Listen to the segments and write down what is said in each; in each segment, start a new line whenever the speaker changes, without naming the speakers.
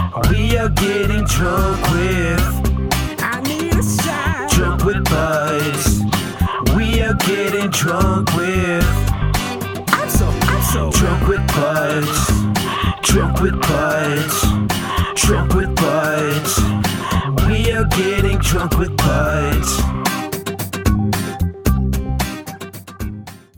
are getting drunk with. I need a shot. Drunk with buds. We are getting drunk with. I'm so, I'm so. Drunk with buds. Drunk with buds. Drunk with buds. We are getting drunk with buds.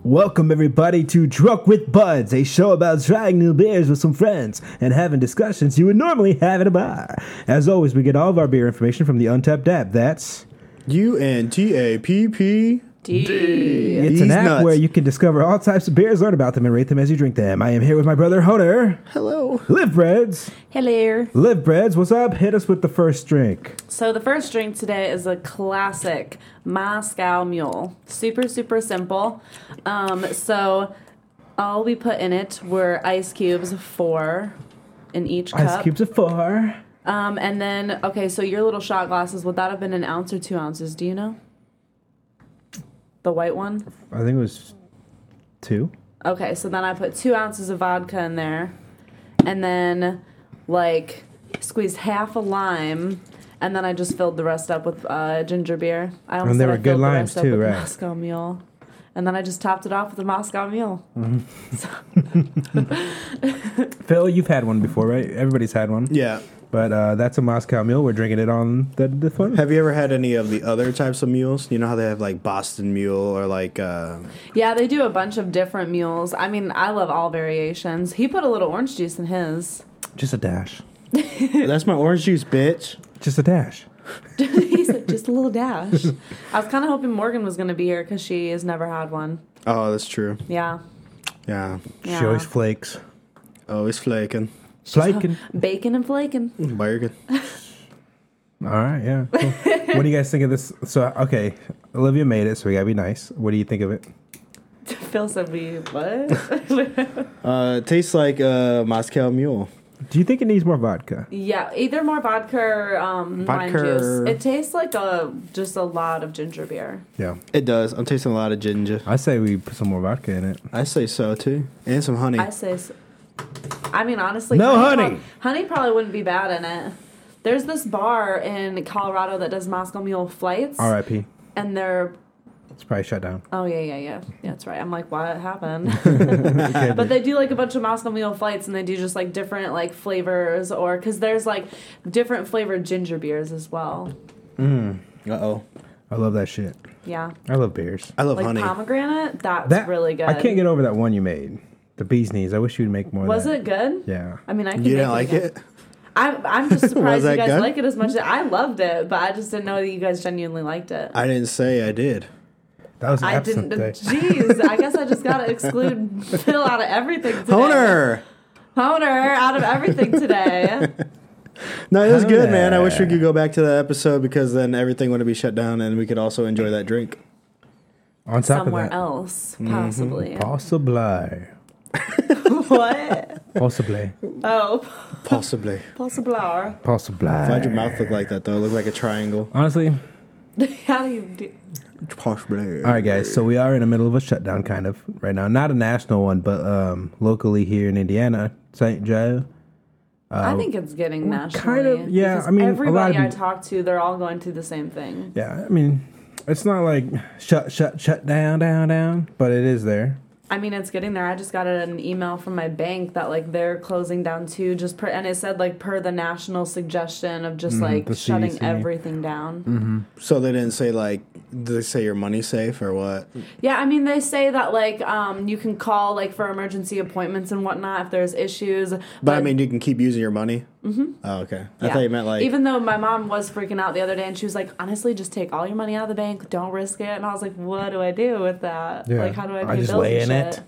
Welcome, everybody, to Drunk with Buds, a show about trying new beers with some friends and having discussions you would normally have at a bar. As always, we get all of our beer information from the Untapped app. That's
U N T A P P.
it's an
He's
app
nuts.
where you can discover all types of beers, learn about them, and rate them as you drink them. I am here with my brother Hunter.
Hello.
Live Breads,
Hello.
Live Breads, what's up? Hit us with the first drink.
So the first drink today is a classic Moscow Mule. Super super simple. Um, so all we put in it were ice cubes, four in each cup.
Ice cubes of four.
Um, and then okay, so your little shot glasses would that have been an ounce or two ounces? Do you know? The white one.
I think it was two.
Okay, so then I put two ounces of vodka in there, and then like squeezed half a lime, and then I just filled the rest up with uh, ginger beer. I almost
And they
said
were
I
good
filled the
limes
rest up
too,
with
right?
Moscow Mule, and then I just topped it off with a Moscow Mule.
Phil, you've had one before, right? Everybody's had one.
Yeah.
But uh, that's a Moscow Mule. We're drinking it on the, the one.
Have you ever had any of the other types of mules? You know how they have like Boston mule or like uh,
Yeah, they do a bunch of different mules. I mean, I love all variations. He put a little orange juice in his.
Just a dash.
that's my orange juice, bitch.
Just a dash.
he said just a little dash. I was kind of hoping Morgan was going to be here because she has never had one.
Oh, that's true.
Yeah.
Yeah.
yeah.
She always flakes.
Always flaking.
Flaking.
Bacon and flaking.
Bargain.
All right, yeah. cool. what do you guys think of this? So, okay, Olivia made it, so we gotta be nice. What do you think of it?
Phil said we what?
Uh, it tastes like uh, Moscow mule.
Do you think it needs more vodka?
yeah, either more vodka or um, lime
Vodka.
juice. It tastes like a just a lot of ginger beer.
Yeah,
It does. I'm tasting a lot of ginger.
I say we put some more vodka in it.
I say so too, and some honey.
I say, s- I mean honestly,
Mm. No
prob-
honey.
honey probably wouldn't be bad in it. There's this bar in Colorado that does Moscow Mule flights,
R.I.P.
and they're
It's probably shut down.
oh yeah yeah yeah yeah that's right. I'm like what happened? but they do like a bunch of Moscow Mule flights, and they do just like different like flavors or because there's like different flavored ginger beers as well.
Uh oh.
I love that shit.
Yeah.
I love beers.
I love
like
honey.
pomegranate. That's
That
really good.
I can't get over that one you made, the bee's knees. I wish you'd make more. of
Was
that.
it good?
Yeah.
I mean, I can
You
make
didn't like
again.
it?
I'm, I'm just
Was
surprised you
that
guys
good?
like it as much as I loved it, but I just didn't know that you guys genuinely liked it. I,
I didn't say I did.
That was an
didn't.
absent day.
Jeez, I guess I just gotta exclude Phil out of everything today.
Honer.
Honer out of everything today.
No, it was good, man. I wish we
Honer.
could go back to that episode because then everything would be shut down and we could also enjoy that drink.
On top
Somewhere
of that,
else,
Mm-hmm.
possibly.
possibly,
What?
possibly,
Oh,
Possibly.
possibly. How
possibly.
Why'd your mouth look like that though? It looked like a triangle.
Honestly,
do you do?
Possibly.
All right, guys. So we are in the middle of a shutdown, kind of right now. Not a national one, but um, locally here in Indiana, St. Joe.
I think it's getting nationally.
Uh, kind of- yeah,
because
I mean, a lot of
everybody I
people-
talk to, they're all going through the same thing.
Yeah, I mean, it's not like shut, shut, shut down, down, down, but it is there.
I mean, it's getting there. I just got an email from my bank that like they're closing down too, just per and it said like per the national suggestion of
Mm,
just
the
like shutting
CDC.
everything down.
So they didn't say like did they say your money safe or what?
Yeah, I mean they say that like um you can call like for emergency appointments and whatnot if there's issues. But,
But I mean you can keep using your money? Mm-hmm. Oh, okay. I
yeah.
thought you meant like
even though my mom was freaking out the other day and she was like, honestly, just take all your money out of the bank, don't risk it. And I was like, what do I do with that?
Yeah.
Like, how do I pay
I just
bills
lay
and
in
shit?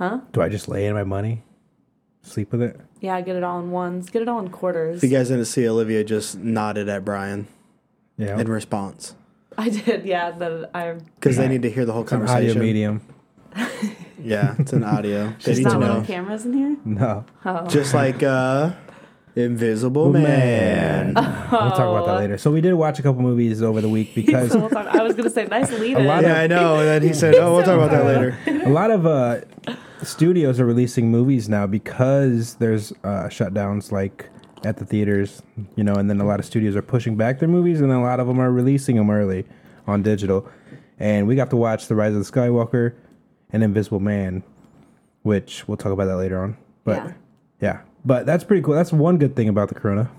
it? Do I just lay in my money, sleep with it?
Yeah, get it all in ones, get it all in quarters.
you guys didn't see Olivia just nodded at Brian
Yeah,
in response.
I did, yeah. That I
Because they need to hear the whole
An audio
conversation.
medium.
Yeah, it's an audio. they
She's
need
There's
to
not little
know.
cameras in here.
No,
Just like uh Invisible Man.
we'll talk about that later. So we did watch a couple movies over the week because
So we'll talk- I was gonna say nice lead. in.
lot
Yeah, I know. And then he said, Oh, we'll talk about that later.
a lot of uh, studios are releasing movies now because there's uh, shutdowns like at the theaters, you know, and then a lot of studios are pushing back their movies, and a lot of them are releasing them early on digital. And we got to watch The Rise of the Skywalker and Invisible Man, which we'll talk about that later on. But
Yeah.
yeah, but that's pretty cool. That's one good thing about the Corona.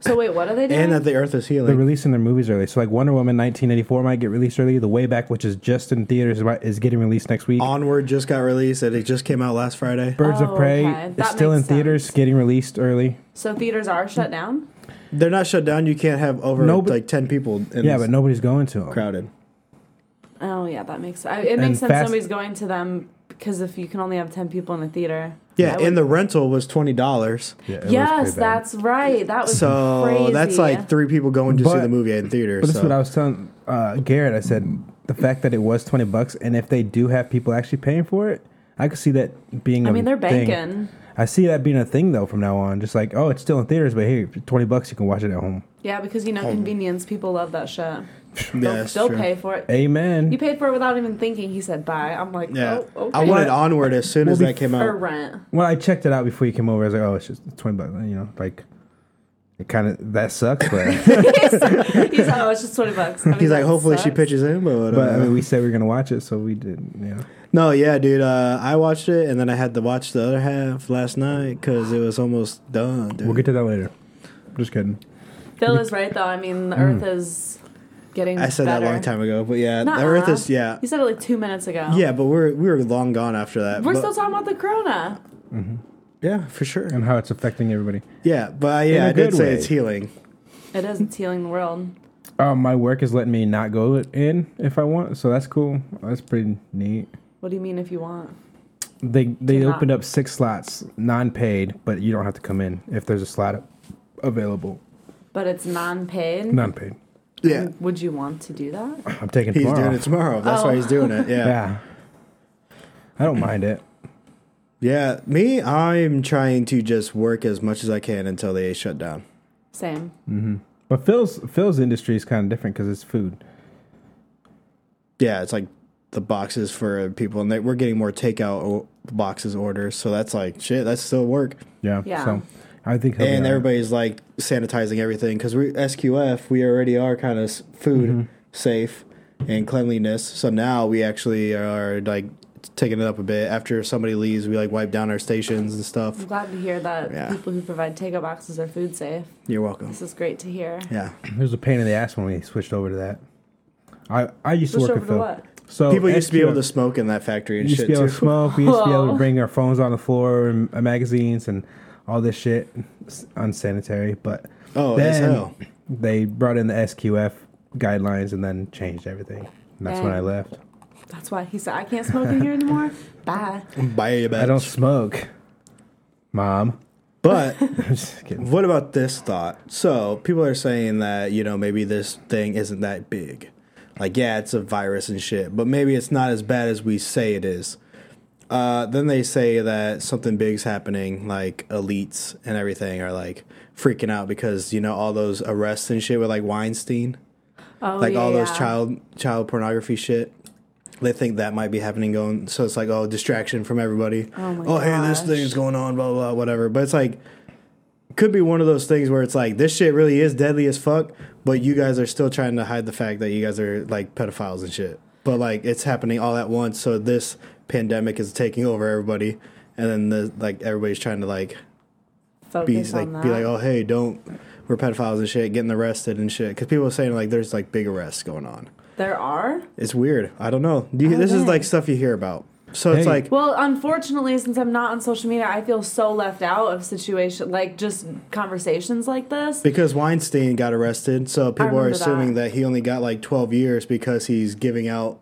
So wait, what are they doing?
And that the Earth is
They're
healing.
releasing their movies early. So like Wonder Woman 1984 might get released early. The Way Back, which is just in theaters, mi- is getting released next week.
Onward just got released, and it just came out last Friday.
Birds
Oh,
of Prey
okay.
is
That
still in
makes
theaters,
sense.
getting released early.
so theaters are shut down.
They're not shut down. You can't have over
No, but-
like ten people. In
Yeah,
this
but nobody's going to them.
crowded.
Oh yeah, that makes I- it makes sense.
Fast-
Somebody's going to them because if you can only have ten people in a theater.
Yeah,
that
and
would-
the rental was twenty dollars.
Yeah, it was
yes,
pretty bad.
that's right. That was
So
crazy.
that's like three people going to see
But-
the movie in theater.
But that's
so.
what I was telling uh, Garrett. I said the fact that it was twenty bucks, and if they do have people actually paying for it, I could see that being. I
I mean, they're banking.
I see that being a thing though from now on. Just like, oh, it's still in theaters, but here, for twenty bucks, you can watch it at home.
Yeah, because you know convenience. People love that shit.
yeah,
They'll,
that's
they'll
true.
pay for it.
Amen.
You paid for it without even thinking. He said bye. I'm like,
Yeah,
oh, okay.
I wanted Onward as soon as
We'll be-
that came
or
out.
rent.
Well, I checked it out before you came over. I was like, oh, it's just twenty bucks. You know, like it kind of that sucks, but
He's like, oh, it's just twenty bucks. I mean,
He's like,
that
hopefully she
sucks.
pitches in, but, uh,
but I mean, we said we were gonna watch it, so we did. Yeah,
no, yeah, dude. Uh, I watched it, and then I had to watch the other half last night because it was almost done. Dude.
we'll get to that later. Just kidding.
Phil is right though. I mean, the Earth is getting.
Mm. I said
better.
that a long time ago, but yeah,
Nuh-uh.
the Earth is yeah,
You said it like two minutes ago.
yeah. But we're we were long gone after that.
We're
but-
still talking about the corona.
yeah, for sure.
And how it's affecting everybody.
Yeah, but I, yeah,
a
I did
good
say
way.
it's healing.
It is. It's healing the world.
Um, my work is letting me not go in if I want, so that's cool. That's pretty neat.
What do you mean if you want?
They they
To not-
opened up six slots, non-paid, but you don't have to come in if there's a slot available,
But it's non-paid.
non-paid.
Yeah,
Would you want to do that?
I'm taking
he's
tomorrow.
doing it tomorrow. That's
Oh.
why he's doing it. Yeah.
Yeah, I don't mind it.
Yeah, me, I'm trying to just work as much as I can until they shut down.
Same.
But Phil's Phil's industry is kind of different because it's food.
Yeah, it's like the boxes for people, and they, we're getting more takeout o- boxes orders. So that's like shit. That's still work.
Yeah.
Yeah.
So I think he'll be
and
all right.
everybody's like sanitizing everything because we SQF we already are kind of food safe and cleanliness. So now we actually are like taking it up a bit. After somebody leaves, we like wipe down our stations and stuff.
I'm glad to hear that
Yeah.
people who provide takeout boxes are food safe.
You're welcome.
This is great to hear.
Yeah,
it was a pain in the ass when we switched over to that. I I used to
Switched
work
over
with
to
Phil.
what?
So
people used to be able
SQL
to smoke in that factory and
We used to
shit
be able
too.
to smoke. We used to be able to
Whoa.
bring our phones on the floor and uh, magazines and all this shit. It's unsanitary, but
Oh, as hell.
they brought in the SQF guidelines and then changed everything. And that's when I
Dang.
left.
That's why he said I can't smoke in here anymore. Bye.
Buy a
I don't
batch.
smoke, mom.
But
I'm just kidding.
What about this thought? So people are saying that you know maybe this thing isn't that big. Like yeah, it's a virus and shit, but maybe it's not as bad as we say it is. Uh, then they say that something big's happening, like elites and everything are like freaking out because you know all those arrests and shit with like Weinstein,
Oh,
like
yeah,
all those
yeah.
child child pornography shit. They think that might be happening going, so it's like oh distraction from everybody.
Oh my
oh hey, this
gosh.
thing's going on, blah blah whatever. But it's like could be one of those things where it's like this shit really is deadly as fuck, but you guys are still trying to hide the fact that you guys are like pedophiles and shit. But like it's happening all at once, so this pandemic is taking over everybody, and then the like everybody's trying to like be
Focus
like
on that.
be like oh hey don't we're pedophiles and shit getting arrested and shit because people are saying like there's like big arrests going on.
There are.
It's weird. I don't know. Do you, this is
dang.
like stuff you hear about. So it's
Hey.
like
Well, unfortunately, since I'm not on social media, I feel so left out of situation like just conversations like this.
Because Weinstein got arrested, so people are
remember
assuming
that.
that. he only got like 12 years because he's giving out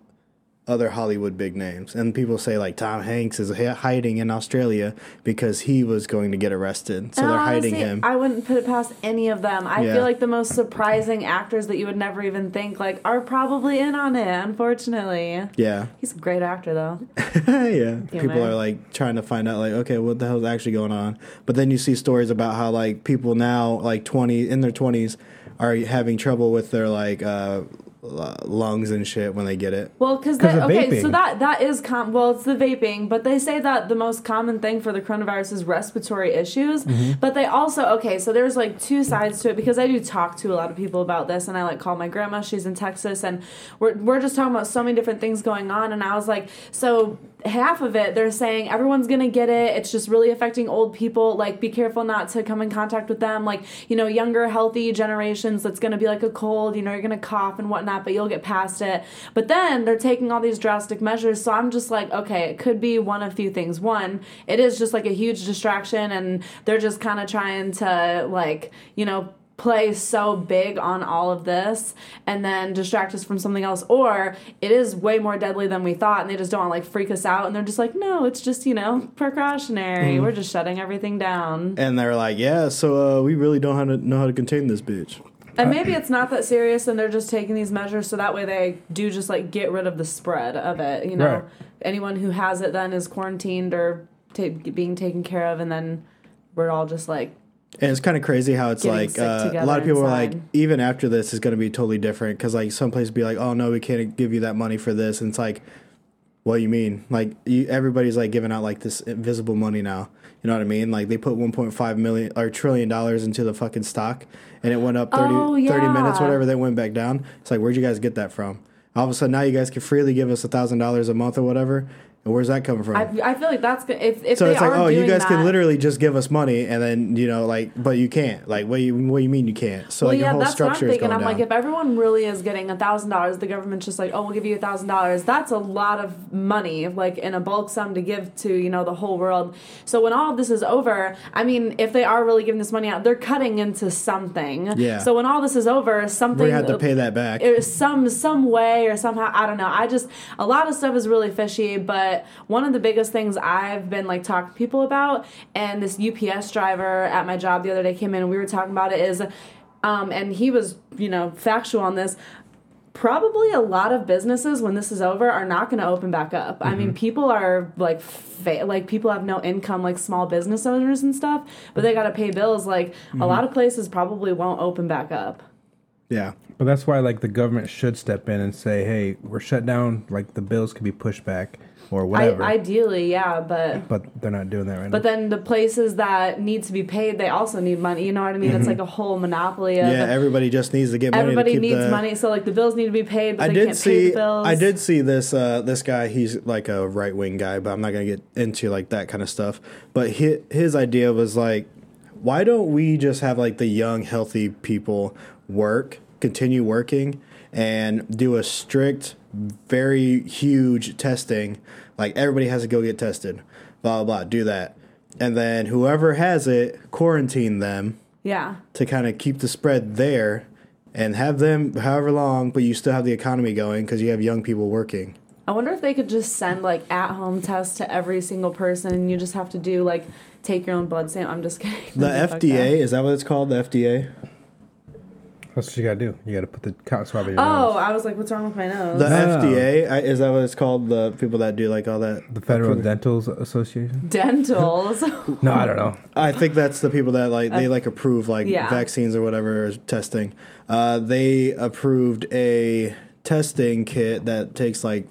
other Hollywood big names. And people say like Tom Hanks is hi- hiding in Australia because he was going to get arrested, so
And
they're
honestly,
hiding him.
I wouldn't put it past any of them. I
Yeah.
feel like the most surprising actors that you would never even think like are probably in on it. Unfortunately,
yeah,
he's a great actor though.
yeah. People
man.
are like trying to find out like, okay, what the hell's actually going on? But then you see stories about how like people now like 20 in their 20s are having trouble with their like uh l- lungs and shit when they get it.
Well, because
'Cause of
okay, so
vaping.
that that is com- well, it's the vaping, but they say that the most common thing for the coronavirus is respiratory issues.
Mm-hmm.
But they also okay, so there's like two sides to it because I do talk to a lot of people about this, and I like call my grandma, she's in Texas, and we're we're just talking about so many different things going on, and I was like, so half of it they're saying everyone's gonna get it it's just really affecting old people like be careful not to come in contact with them like you know younger healthy generations that's gonna be like a cold you know you're gonna cough and whatnot but you'll get past it but then they're taking all these drastic measures so i'm just like okay it could be one of few things one it is just like a huge distraction and they're just kind of trying to like you know play so big on all of this and then distract us from something else or it is way more deadly than we thought and they just don't want to like freak us out and they're just like no it's just you know precautionary
Mm-hmm.
we're just shutting everything down
And they're like, yeah, so uh, we really don't how to know how to contain this bitch.
and maybe it's not that serious and they're just taking these measures so that way they do just like get rid of the spread of it you know
Right.
anyone who has it then is quarantined or ta being taken care of and then we're all just like
And it's kind of crazy how it's
Getting
like
sick
uh, a
together
lot of people are like,
inside.
even after this is going to be totally different because like some places be like, oh no, we can't give you that money for this, and it's like, what do you mean? Like you, everybody's like giving out like this invisible money now. You know what I mean? Like they put 1.5 million or trillion dollars into the fucking stock, and it went up 30,
Oh,
30 minutes,
yeah.
whatever. Then went back down. It's like, where'd you guys get that from? All of a sudden, now you guys can freely give us a thousand dollars a month or whatever. And where's that coming from?
I, I feel like that's good if, if
So
they
it's like,
are
oh, you
doing
guys
that-
can literally just give us money, and then you know, like, but you can't. Like, what you what you mean you can't? So like, your whole structure is going
I'm
down.
like, if everyone really is getting a thousand dollars, the government's just like, oh, we'll give you a thousand dollars. That's a lot of money, like in a bulk sum to give to you know the whole world. So when all of this is over, I mean, if they are really giving this money out, they're cutting into something.
Yeah.
So when all this is over, something
we had to pay that back.
it was some some way or somehow I don't know. I just a lot of stuff is really fishy, but one of the biggest things I've been like talking to people about and this UPS driver at my job the other day came in and we were talking about it is um and he was, you know, factual on this probably a lot of businesses when this is over are not going to open back up. I mean, people are like fa- like people have no income like small business owners and stuff, but they got to pay bills like a lot of places probably won't open back up.
yeah,
But that's why like the government should step in and say, "Hey, we're shut down. Like the bills could be pushed back or
I,
whatever."
ideally, yeah, but
but they're not doing that right
But
now.
then the places that need to be paid, they also need money. You know what I mean? It's like a whole monopoly of
Mm-hmm. yeah. Everybody just needs to get money.
everybody
to keep
needs
the,
money. So like the bills need to be paid, but
I
they
did
can't
see.
pay the bills.
I did see this. Uh, this guy, he's like a right wing guy, but I'm not gonna get into like that kind of stuff. But his, his idea was like, why don't we just have like the young, healthy people work, continue working, and do a strict, very huge testing. Like everybody has to go get tested. Blah blah. blah do that, and then whoever has it, quarantine them
Yeah.
to kind of keep the spread there and have them however long, but you still have the economy going because you have young people working.
I wonder if they could just send like at home tests to every single person and you just have to do like take your own blood sample. I'm just kidding.
The
Fuck
FDA, is that what it's called? The FDA?
That's what you gotta do. You gotta put the cotton swab in your
that. Oh,
nose.
I was like, what's wrong with my nose?
The
No.
FDA, I, is that what it's called? The people that do like all that?
The Federal Dental Association.
Dentals.
No, I don't know.
I think that's the people that like, they like approve like
Yeah.
vaccines or whatever or testing. Uh, they approved a testing kit that takes like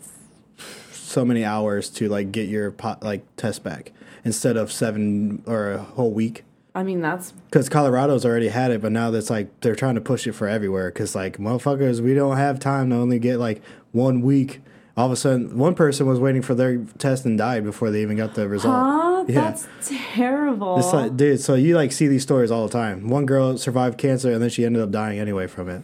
so many hours to like get your po- like test back instead of seven or a whole week.
I mean, that's
because Colorado's already had it, but now that's like they're trying to push it for everywhere. Because like motherfuckers, we don't have time to only get like one week. All of a sudden, one person was waiting for their test and died before they even got the result.
huh?
Yeah.
That's terrible.
It's like, dude, so you like see these stories all the time. One girl survived cancer and then she ended up dying anyway from it.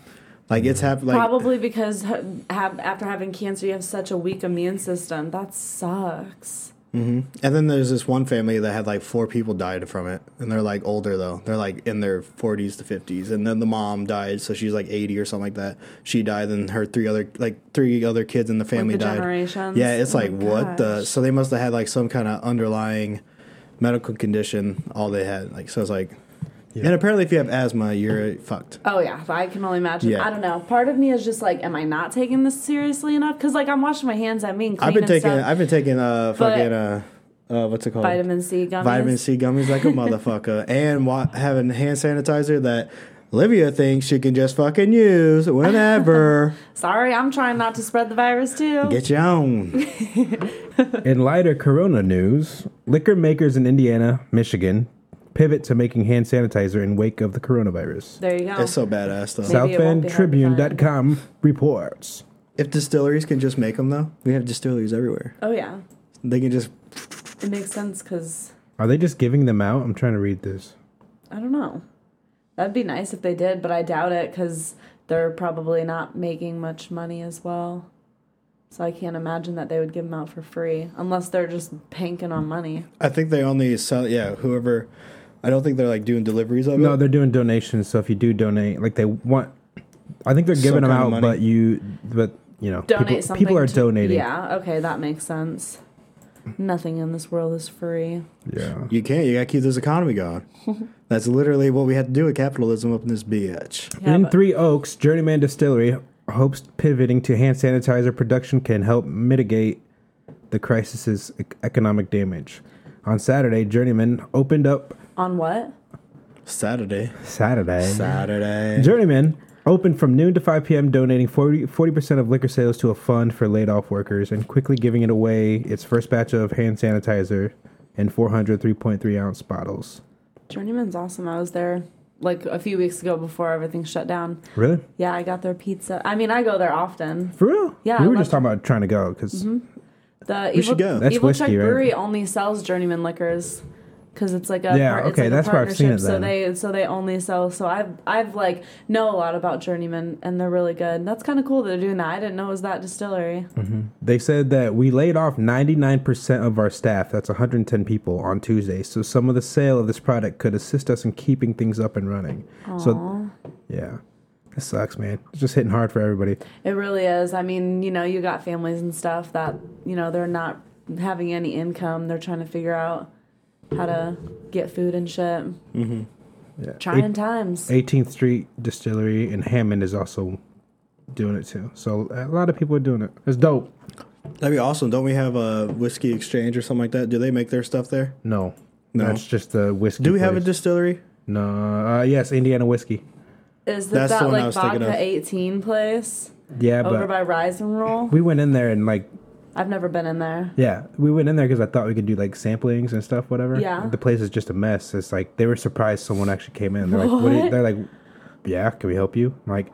Like it's happened. Like
Probably because ha- have, after having cancer, you have such a weak immune system. That sucks.
And then there's this one family that had like four people died from it, and they're like older though. They're like in their 40s to 50s, and then the mom died, so she's like 80 or something like that. She died, and her three other like three other kids in the family
the
died.
generations?
Yeah, it's
Oh my
like what the?
gosh.
So they must have had like some kind of underlying medical condition. All they had like so it's like, and apparently if you have asthma, you're fucked.
Oh yeah, I can only imagine.
Yeah.
I don't know. Part of me is just like, am I not taking this seriously enough? Because like I'm washing my hands. I mean, clean
I've been
and
taking
stuff.
I've been taking uh
But-
fucking uh, uh what's it called
vitamin C gummies.
vitamin C gummies like a motherfucker, and wa- having hand sanitizer that Olivia thinks she can just fucking use whenever.
Sorry, I'm trying not to spread the virus too.
Get your own.
In lighter corona news, liquor makers in Indiana, Michigan pivot to making hand sanitizer in wake of the coronavirus.
there you go.
That's so badass though.
Maybe it won't be hard to find.
SouthbendTribune.com reports.
If distilleries can just make them though, we have distilleries everywhere.
oh yeah,
They can just
it makes sense because
Are they just giving them out? I'm trying to read this.
I don't know. That'd be nice if they did, but I doubt it because they're probably not making much money as well. So I can't imagine that they would give them out for free unless they're just banking on money.
I think they only sell yeah, whoever I don't think they're like doing deliveries of
No,
it.
they're doing donations. So if you do donate, like they want, I think they're giving
Some
them
kind
out,
of money.
but you, but you know,
Donate
people,
something.
people are
to-
donating.
Yeah. Okay, that makes sense. Nothing in this world is free.
yeah.
You can't, you gotta keep this economy going. That's literally what we had to do with capitalism up in this bitch.
Yeah,
in
but-
Three Oaks, Journeyman Distillery hopes pivoting to hand sanitizer production can help mitigate the crisis's ec- economic damage. On Saturday, Journeyman opened up.
On what?
Saturday.
Saturday.
Saturday.
Journeyman opened from noon to 5 p.m., donating 40 percent of liquor sales to a fund for laid off workers and quickly giving it away its first batch of hand sanitizer in 400 3.3 ounce bottles.
Journeyman's awesome. I was there like a few weeks ago before everything shut down.
Really?
Yeah, I got their pizza. I mean, I go there often.
For real?
Yeah,
We
I
were
love-
just talking about trying to go because
The
We
Evil,
should go.
That's
Evil
whiskey,
Check
right?
Brewery only sells Journeyman liquors because it's like a
Yeah,
par- it's
okay,
like
that's
a
where I've seen
partnership.
it
So
then.
they so they only sell. So I've I've like know a lot about Journeyman and they're really good. That's kind of cool that they're doing that. I didn't know it was that distillery.
They said that we laid off 99% of our staff, that's 110 people, on Tuesday. So some of the sale of this product could assist us in keeping things up and running. So, yeah. That sucks, man. It's just hitting hard for everybody.
It really is. I mean, you know, you got families and stuff that you know they're not having any income. They're trying to figure out how to get food and shit.
Yeah.
Trying times.
18th Street Distillery in Hammond is also doing it too. So a lot of people are doing it. It's dope.
That'd be awesome. Don't we have a whiskey exchange or something like that? Do they make their stuff there?
No.
No.
That's just the whiskey.
Do we have a
place.
distillery?
No. Uh, yes, Indiana whiskey.
Is that,
That's the
that
one I
like
was thinking
vodka
of.
eighteen place
Yeah,
over
but
by Rise and Roll?
we went in there and like
I've never been in there.
Yeah, we went in there because I thought we could do like samplings and stuff, whatever.
Yeah.
The place is just a mess. It's like they were surprised someone actually came in. They're like, what? are you-
What?
They're like, yeah, can we help you? I'm like,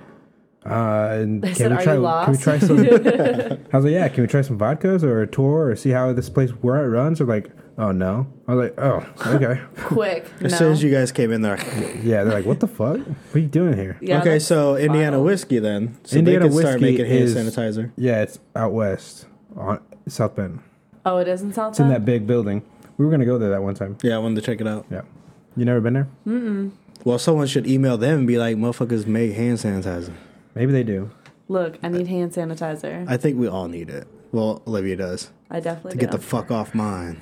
uh, and can
said,
we
"Are
try? Can
you
we
lost?"
try some? I was like, yeah, can we try some vodkas or a tour or see how this place where it runs? They're like, oh no. I was like, oh okay.
Quick,
As
no.
soon as you guys came in there.
yeah, they're like, what the fuck? What are you doing here?
Yeah,
okay,
that's
so Indiana
wild.
whiskey then. So
Indiana
they can start
whiskey
making hand
is-
sanitizer.
Yeah, it's out west on South Bend.
Oh, it is in South
It's in
Bend.
that big building. We were gonna go there that one time.
Yeah, I wanted to check it out.
Yeah. You never been there?
Hmm?
Well, someone should email them and be like, motherfuckers make hand sanitizer.
Maybe they do.
Look, I need hand sanitizer.
I think we all need it. Well, Olivia does.
I definitely
To get
do.
the fuck off mine.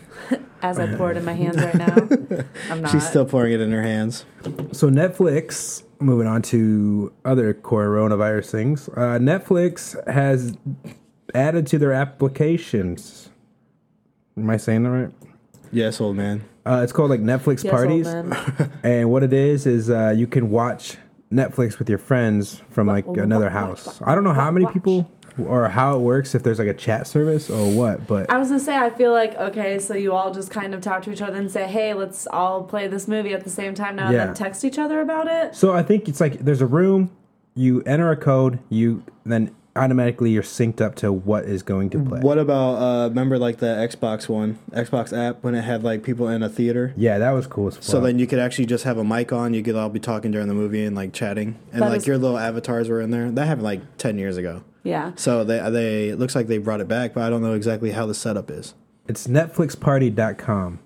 As I pour it in my hands right now, I'm not.
She's still pouring it in her hands.
So Netflix, moving on to other coronavirus things, uh, Netflix has added to their applications. Am I saying that right?
Yes, old man.
Uh, it's called like Netflix
Yes, old
parties,
man.
and what it is is uh, you can watch Netflix with your friends from like
wa-
another
wa-
house. I don't know how many
watch.
people or how it works if there's like a chat service or what, but
I was gonna say, I feel like okay, so you all just kind of talk to each other and say, "Hey, let's all play this movie at the same time now,"
Yeah.
and then text each other about it.
So I think it's like there's a room, you enter a code, you then automatically you're synced up to what is going to play.
What about, uh, remember like the Xbox one, Xbox app, when it had like people in a theater?
Yeah, that was cool as fuck.
So then you could actually just have a mic on. You could all be talking during the movie and like chatting, and
That
like
is-
your little avatars were in there. That happened like ten years ago.
Yeah,
So they uh, they it looks like they brought it back, but I don't know exactly how the setup is.
It's netflixparty.com.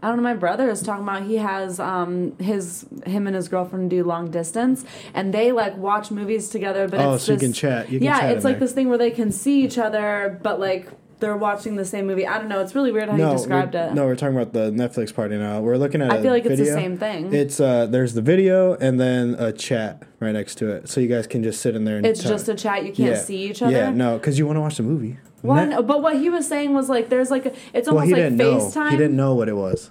I don't know. My brother is talking about he has um his him and his girlfriend do long distance, and they like watch movies together. But
Oh,
it's
so you
this-
can chat- you can
yeah,
chat
it's
in
like
there.
this thing where they can see each other, but like they're watching the same movie. I don't know. It's really weird how you described
we're,
it.
no, we're talking about the Netflix party now. We're looking at.
I feel
a
like it's the
video.
same thing.
It's uh, there's the video and then a chat right next to it, so you guys can just sit in there and.
it's
talk.
just a chat. You can't see each other.
Yeah, no, because you want to watch the movie.
One, but what he was saying was like there's like a, it's
Well,
almost
he
like
didn't know.
FaceTime.
He didn't know what it was,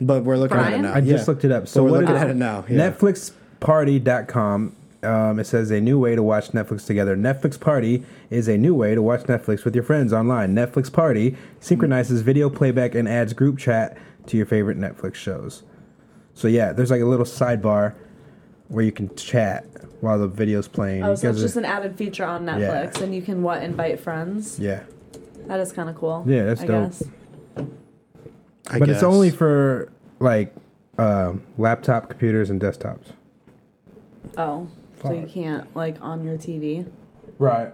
but we're looking at it
Brian?
now.
I just
Yeah.
looked it up. So,
So we're
what
looking
it-
at it now. Yeah.
Netflix party.com. Um, it says a new way to watch Netflix together. Netflix Party is a new way to watch Netflix with your friends online. Netflix Party synchronizes video playback and adds group chat to your favorite Netflix shows. So yeah, there's like a little sidebar where you can chat while the video's playing.
Oh, so
You
it's
guys
just
are-
an added feature on Netflix, and you can what invite friends.
yeah.
That is kind of cool.
Yeah, that's
I
dope.
Guess.
I
but it's
guess.
only for like um, laptop computers and desktops.
Oh, so you
Fuck.
can't like on your TV.
Right.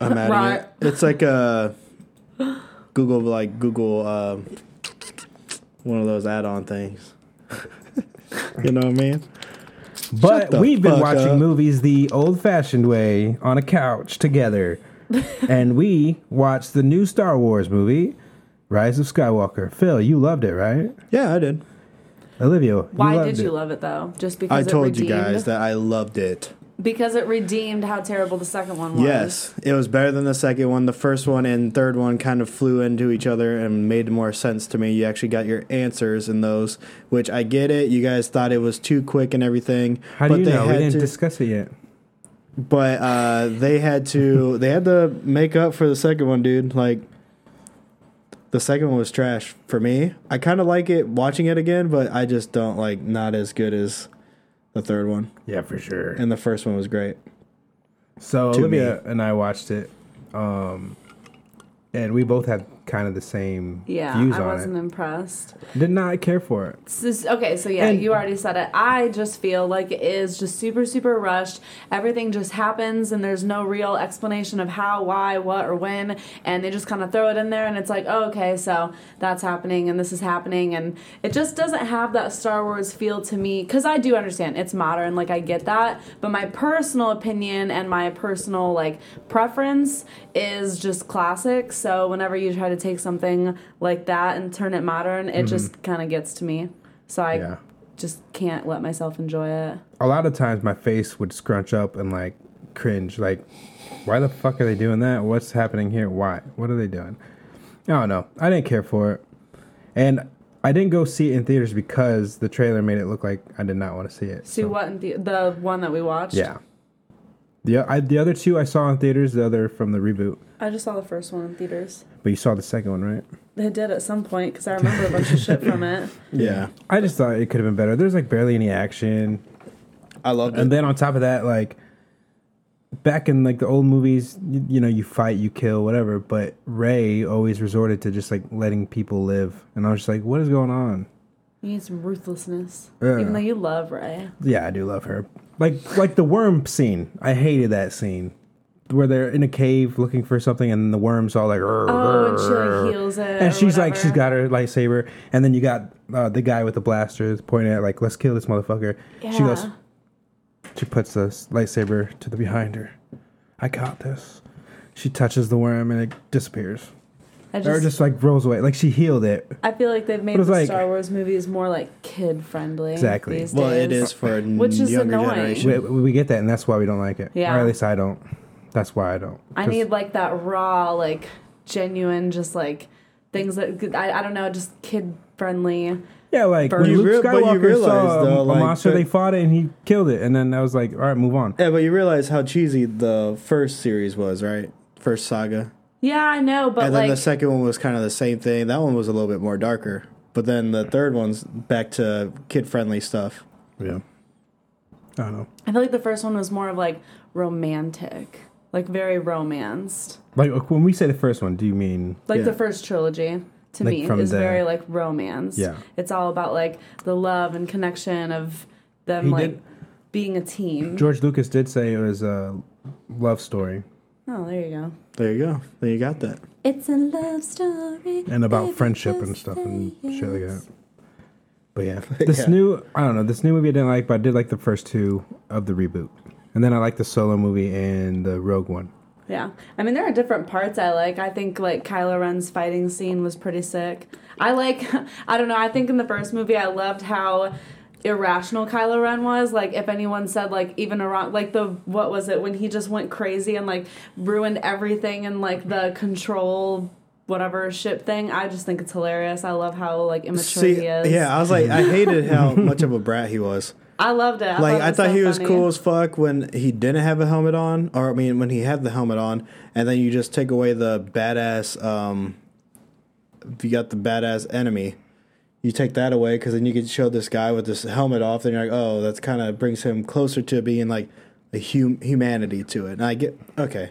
I'm adding
Right.
it. It's like a Google, like Google, um, one of those add-on things. you know what I mean? Shut
But
the
we've been
fuck
watching
up.
movies the old-fashioned way on a couch together, and we watched the new Star Wars movie, Rise of Skywalker. Phil, you loved it, right?
Yeah, I did.
Olivia,
Why
you loved
did
it.
you love it though? Just
I
because it
told you
redeemed,
guys that I loved it.
because it redeemed how terrible the second one was.
Yes, it was better than the second one. The first one and third one kind of flew into each other and made more sense to me. You actually got your answers in those, which I get it. You guys thought it was too quick and everything.
How do you know? We
had
didn't
to-
discuss it yet.
but uh, they had to they had to make up for the second one, dude. Like the second one was trash for me. I kind of like it watching it again, but I just don't like not as good as the third one.
Yeah, for sure.
And the first one was great.
So
to
Olivia and I watched it, um, and we both had kind of the same
Yeah,
views
I
on
wasn't impressed.
it. Did not care for it.
So this- okay, so yeah, you already said it. I just feel like it is just super, super rushed. Everything just happens, and there's no real explanation of how, why, what, or when. And they just kind of throw it in there, and it's like, oh, okay, so that's happening, and this is happening. And it just doesn't have that Star Wars feel to me. Because I do understand it's modern, like, I get that. But my personal opinion and my personal, like, preference is just classic. So whenever you try to take something like that and turn it modern, it just kind of gets to me. So I
Mm-hmm. Yeah.
just can't let myself enjoy it.
a lot of times my face would scrunch up and like cringe like why the fuck are they doing that what's happening here why what are they doing i don't know i didn't care for it and i didn't go see it in theaters because the trailer made it look like i did not want to see it
See what in the, the one that we watched?
yeah the, I, the other two i saw in theaters the other from the reboot
I just saw the first one in theaters.
but you saw the second one right
They did at some point because I remember a bunch of shit from it.
Yeah,
i just thought it could have been better there's like barely any action
I loved it.
and then on top of that like back in like the old movies you, you know you fight you kill whatever but ray always resorted to just like letting people live and i was just like what is going on
You need some ruthlessness,
Yeah.
even though you love Ray.
yeah i do love her like like the worm scene i hated that scene where they're in a cave looking for something and the worm's all like
Oh, and she like heals it.
and
or
she's like she's
whatever.
got her lightsaber and then you got uh, the guy with the blasters pointing at like let's kill this motherfucker she goes
Yeah.
she puts the lightsaber to the behind her i caught this she touches the worm and it disappears
I
or
just,
just like rolls away like she healed it
I feel like they've made
it's
the
like-
Star Wars movies more like kid friendly.
Exactly.
These
well, it
days.
is for a
Which is
younger
annoying.
generation.
we, we get that and that's why we don't like it
Yeah.
or at least i don't that's why i don't
I
'Cause-
need like that raw, like genuine, just like things that I, I don't know, just kid friendly.
yeah like when
You
Luke
rea- but you
Skywalker
realize,
saw
though,
a,
like,
monster
that-
they fought it and he killed it and then i was like all right move on
Yeah, but you realize how cheesy the first series was, right? First saga.
Yeah, I know, but
And then
like
the second one was kind of the same thing. That one was a little bit more darker. But then the third one's back to kid friendly stuff.
yeah i don't know
I feel like the first one was more of like romantic, like very romanced.
like when we say the first one do you mean
Like
Yeah.
the first trilogy to
Like
me
from
is
the-
very like romance.
Yeah.
it's all about like the love and connection of them
He
like
did-
being a team.
george lucas did say it was a love story
Oh, there you go.
There you go. There you got that.
It's a love story
and about
baby,
friendship and
just
stuff and
say
shit like
yes.
that. But yeah, this
Yeah.
new I don't know this new movie I didn't like, but I did like the first two of the reboot, and then I like the solo movie and the Rogue one.
Yeah. I mean, there are different parts I like. I think, like, Kylo Ren's fighting scene was pretty sick. I like, I don't know, I think in the first movie I loved how irrational Kylo Ren was. Like, if anyone said, like, even a wrong, like, the, what was it, when he just went crazy and, like, ruined everything and, like, the control. Whatever ship thing, I just think it's hilarious. I love how like immature
See,
he is.
yeah, I was like, I hated how much of a brat he was.
I loved it. I
Like I
it
thought
Oh, so
he was
funny.
cool as fuck when he didn't have a helmet on, or I mean when he had the helmet on, and then you just take away the badass. Um, if you got the badass enemy, you take that away because then you can show this guy with this helmet off, and you're like, oh, that's kind of brings him closer to being like a hum- humanity to it. And I get okay.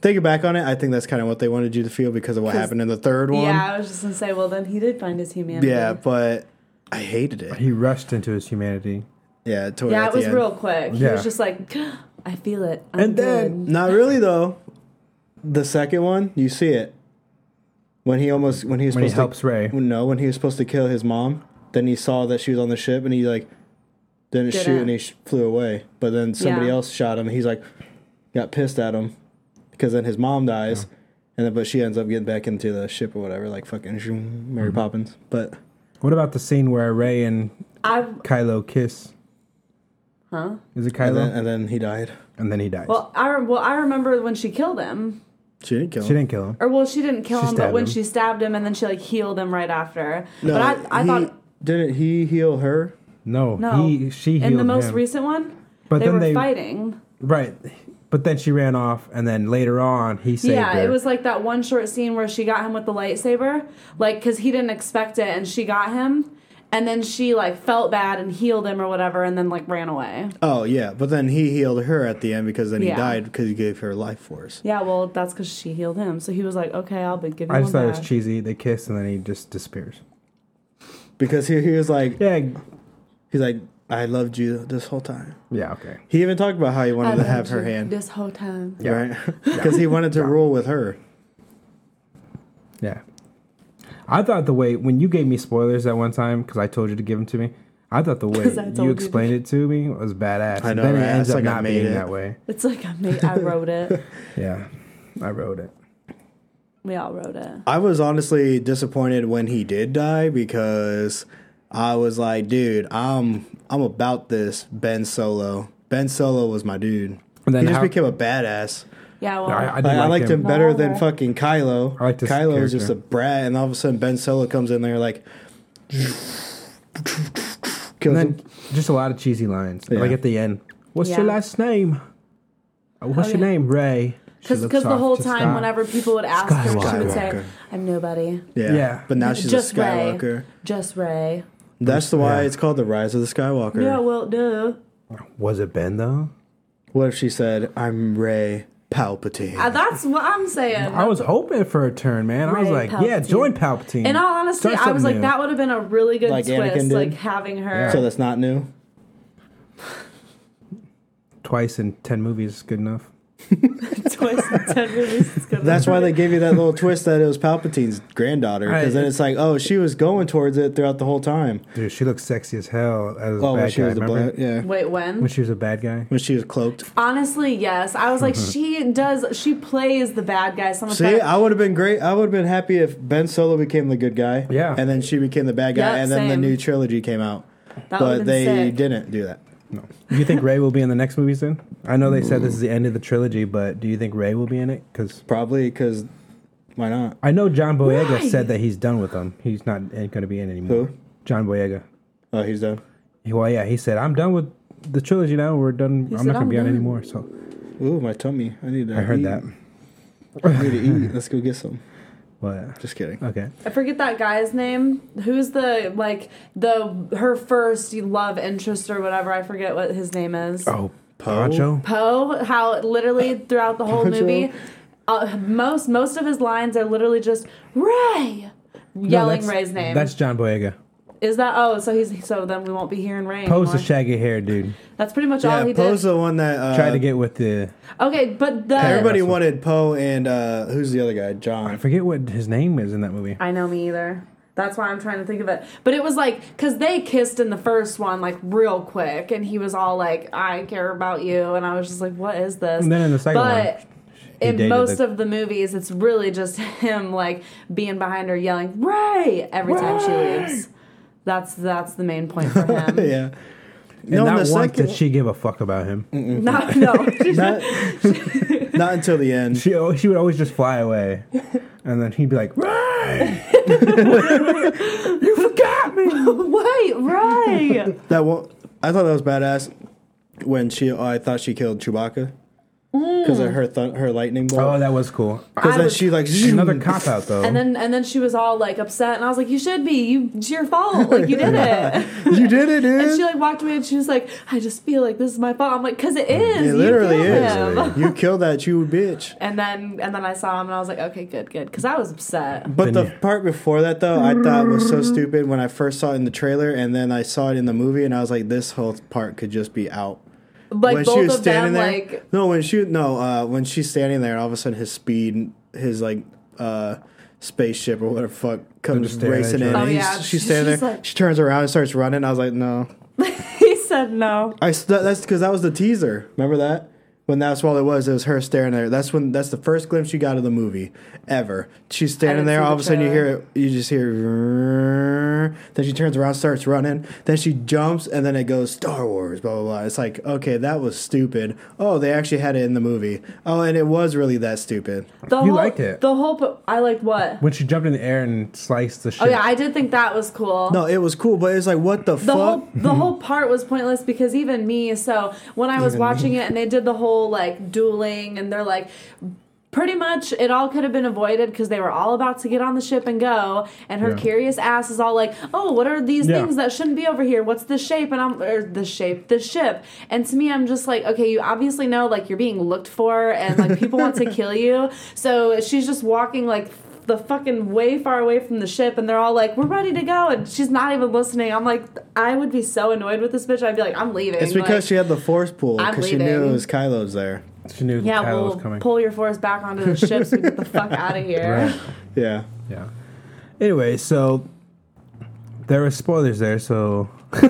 Thinking back on it, I think that's kind of what they wanted you to feel because of what
'Cause-
happened in the third one.
Yeah, I was just gonna say. Well, then he did find his humanity.
Yeah, but I hated it.
He rushed into his humanity.
Yeah, toward
yeah,
at
it
the
was
end.
real quick. He
Yeah.
was just like, I feel it. I'm
And then-
good."
Not really though. The second one, you see it when he almost when he was
When he
supposed to
helps Ray.
No, when he was supposed to kill his mom, then he saw that she was on the ship, and he like didn't
Didn't.
shoot, and he sh- flew away. But then somebody
Yeah.
else shot him. He's like got pissed at him because then his mom dies, and then but she ends up getting back into the ship or whatever, like fucking zoom, Mary Poppins. But
What about the scene where Ray and
I
Kylo kiss?
huh?
Is it
and
Kylo?
then, and then he died.
And then he dies.
Well, I re- well I remember when she killed him,
She didn't kill
she
him.
didn't kill him.
or well she didn't kill
She
him, but
stabbed
when
him.
she stabbed him, and then she like healed him right after.
No,
but I, I
he-
thought
didn't he heal her?
No,
no.
he she healed
in the most
him.
recent one,
But
they
then
were
they-
fighting.
right, but then she ran off, and then later on he saved
yeah,
her.
it was like that one short scene where she got him with the lightsaber, like because he didn't expect it, and she got him, and then she like felt bad and healed him or whatever, and then like ran away.
Oh yeah, but then he healed her at the end because then he
Yeah.
died because he gave her life force.
Yeah, well that's because she healed him, so he was like, okay, I'll be giving.
I just
one
thought it
back."
was cheesy. They kiss, and then he just disappears.
Because he he was like
Yeah,
he's like I loved you this whole time.
yeah, okay.
He even talked about how he wanted
I
to
loved
have her
you
hand,
this whole time.
Yeah.
right? Because he wanted to rule with her.
Yeah. I thought the way when you gave me spoilers that one time because I told you to give them to me, I thought the
'Cause I
way
told
you
you
explained it to me was badass.
I know,
then it
right?
ends
It's
up
like I
not
made
being
it.
that way.
It's like I made, I wrote it.
Yeah, I wrote it.
We all wrote it.
I was honestly disappointed when he did die because I was like, dude, I'm I'm about this Ben Solo. Ben Solo was my dude.
And then
he just
how-
became a badass.
Yeah, well,
I, I, did
Like, I
like
liked him,
him.
better than
Alright.
fucking Kylo.
I liked his
Kylo is
character.
just a brat, and all of a sudden Ben Solo comes in there like,
And
kills
then
him.
just a lot of cheesy lines.
Yeah.
Like at the end, what's your
Yeah.
last name? Uh, What's
Oh,
your
yeah.
name, Ray? She
because
looks
the
off
whole
to
time,
Scott.
whenever people would ask her, she would
Skywalker.
say, "I'm nobody,
Yeah.
Yeah.
but now she's
just
a Skywalker.
Ray, just Ray."
That's the why
Yeah.
it's called the Rise of the Skywalker.
Yeah, well, duh.
was it Ben though?
What if she said, "I'm Ray Palpatine"?
Uh, that's what I'm saying.
I was hoping for a turn, man. I was
Ray
like, yeah,
Palpatine.
join Palpatine.
In all honesty,
Start
I was like,
something new.
that would have been a really good
Like Anakin
twist,
did?
like having her.
so that's not new.
twice in ten movies is good enough.
twist in ten movies. It's gonna
That's why they gave you that little twist that it was Palpatine's granddaughter. Because then
I-
it's like, oh, she was going towards it throughout the whole time.
Dude, she looks sexy as hell as
Oh,
a
when
bad
she
guy.
was a
Remember
black, yeah,
Wait, when?
when she was a bad guy?
when she was cloaked.
Honestly, yes. I was like, she does. She plays the bad guy. So much
See,
better.
I would have been great. I would have been happy if Ben Solo became the good guy.
Yeah.
and then she became the bad guy,
Yeah,
and then the
same.
new trilogy came out.
that would
but
have
they
been sick.
didn't do that.
No. Do you think Ray will be in the next movie soon? I know they said this is the end of the trilogy, but do you think Ray will be in it? Because
Probably because why not?
I know John Boyega
Ray!
said that he's done with them. He's not going to be in anymore.
Who?
John Boyega.
Oh, he's done.
He- Well, yeah, he said I'm done with the trilogy now. We're done. I'm
said,
not going
"I'm
to be on
done."
anymore. So
Ooh, my tummy. I need to.
I heard
eat.
that.
I need to eat. Let's go get some.
But
Just kidding.
okay,
I forget that guy's name. Who's the like the her first love interest or whatever? I forget what his name is.
oh
Poe?
Pancho.
Poe. How literally throughout the whole
Poncho.
movie, uh, most most of his lines are literally just Ray yelling Ray's name.
That's John Boyega.
Is that oh? So he's so then we won't be hearing Ray.
Poe's the
anymore.
shaggy hair dude.
That's pretty much all
Yeah,
he
Poe's
did.
the one that uh,
Tried to get with the
Okay, but the
Everybody
Russell.
wanted Poe and uh, who's the other guy?
I
John.
forget what his name is in that movie.
I know me either. That's why I'm trying to think of it. But it was like, because they kissed in the first one, like, real quick. And he was all like, I care about you. And I was just like, what is this?
And then in the second
but
one,
in
dated
most
the-
of the movies, it's really just him, like, being behind her yelling, Ray! every time she leaves. That's that's the main point for him.
Yeah.
And
No, in
not
the
once
second,
did she give a fuck about him.
Not, no.
not, not until the end.
She al- she would always just fly away, and then he'd be like, "Ray, you forgot me."
Wait, Ray!
That one, I thought that was badass when she. I thought she killed Chewbacca
Mm.
because of her th- her lightning
Oh,
bolt.
that was cool.
Because
I
then
was-
she like
Another cop out though.
And then and then she was all like upset, and I was like, "You should be. You, it's your fault. Like you did it."
You did it, dude.
And she like walked away, and she was like, "I just feel like this is my fault." I'm like, "Cause it is.
it
You
literally
killed
is.
him."
You killed that you bitch.
And then and then I saw him, and I was like, "Okay, good, good," because I was upset.
But the
Then you-
part before that though, I thought was so stupid when I first saw it in the trailer, and then I saw it in the movie, and I was like, this whole part could just be out.
Like
when
both
she was
of
standing
them,
there,
like
no, when she no, uh, when she's standing there, all of a sudden his speed, his like uh, spaceship or whatever the fuck comes
just staring at
racing
each
in.
other.
and
Oh,
he's-
yeah.
she's standing
She's
there.
like-
she turns around and starts running. I was like, no,
he said no.
I s- that- that's because that was the teaser. Remember that when that's all it was. It was her staring there. That's when that's the first glimpse you got of the movie ever. She's standing
didn't
there.
see
All
the
of a sudden you hear
trailer.
it. You just hear. "Vrrr." Then she turns around, starts running. Then she jumps, and then it goes Star Wars. Blah blah blah. It's like okay, that was stupid. Oh, they actually had it in the movie. Oh, and it was really that stupid.
The
You
whole,
liked it.
The whole po- I liked what?
when she jumped in the air and sliced the shit.
Oh yeah, I did think that was cool.
No, it was cool, but it's like what the,
the
fuck.
whole the whole part was pointless because even me so when i was watching it and they did the whole like dueling and they're like pretty much it all could have been avoided because they were all about to get on the ship and go and her
Yeah.
curious ass is all like oh what are these
Yeah.
things that shouldn't be over here what's the shape and i'm or the shape the ship and to me i'm just like okay you obviously know like you're being looked for and like people want to kill you so she's just walking like the fucking way far away from the ship and they're all like we're ready to go and she's not even listening i'm like i would be so annoyed with this bitch i'd be like i'm leaving
it's because
Like,
she had the force pool
I'm
because she knew it
leaving.
was Kylo's there.
she knew
yeah,
Kylo
we'll
was coming.
pull your force back onto the ship so we get the fuck out of here.
Right.
Yeah.
Yeah. Anyway, so there were spoilers there, so
We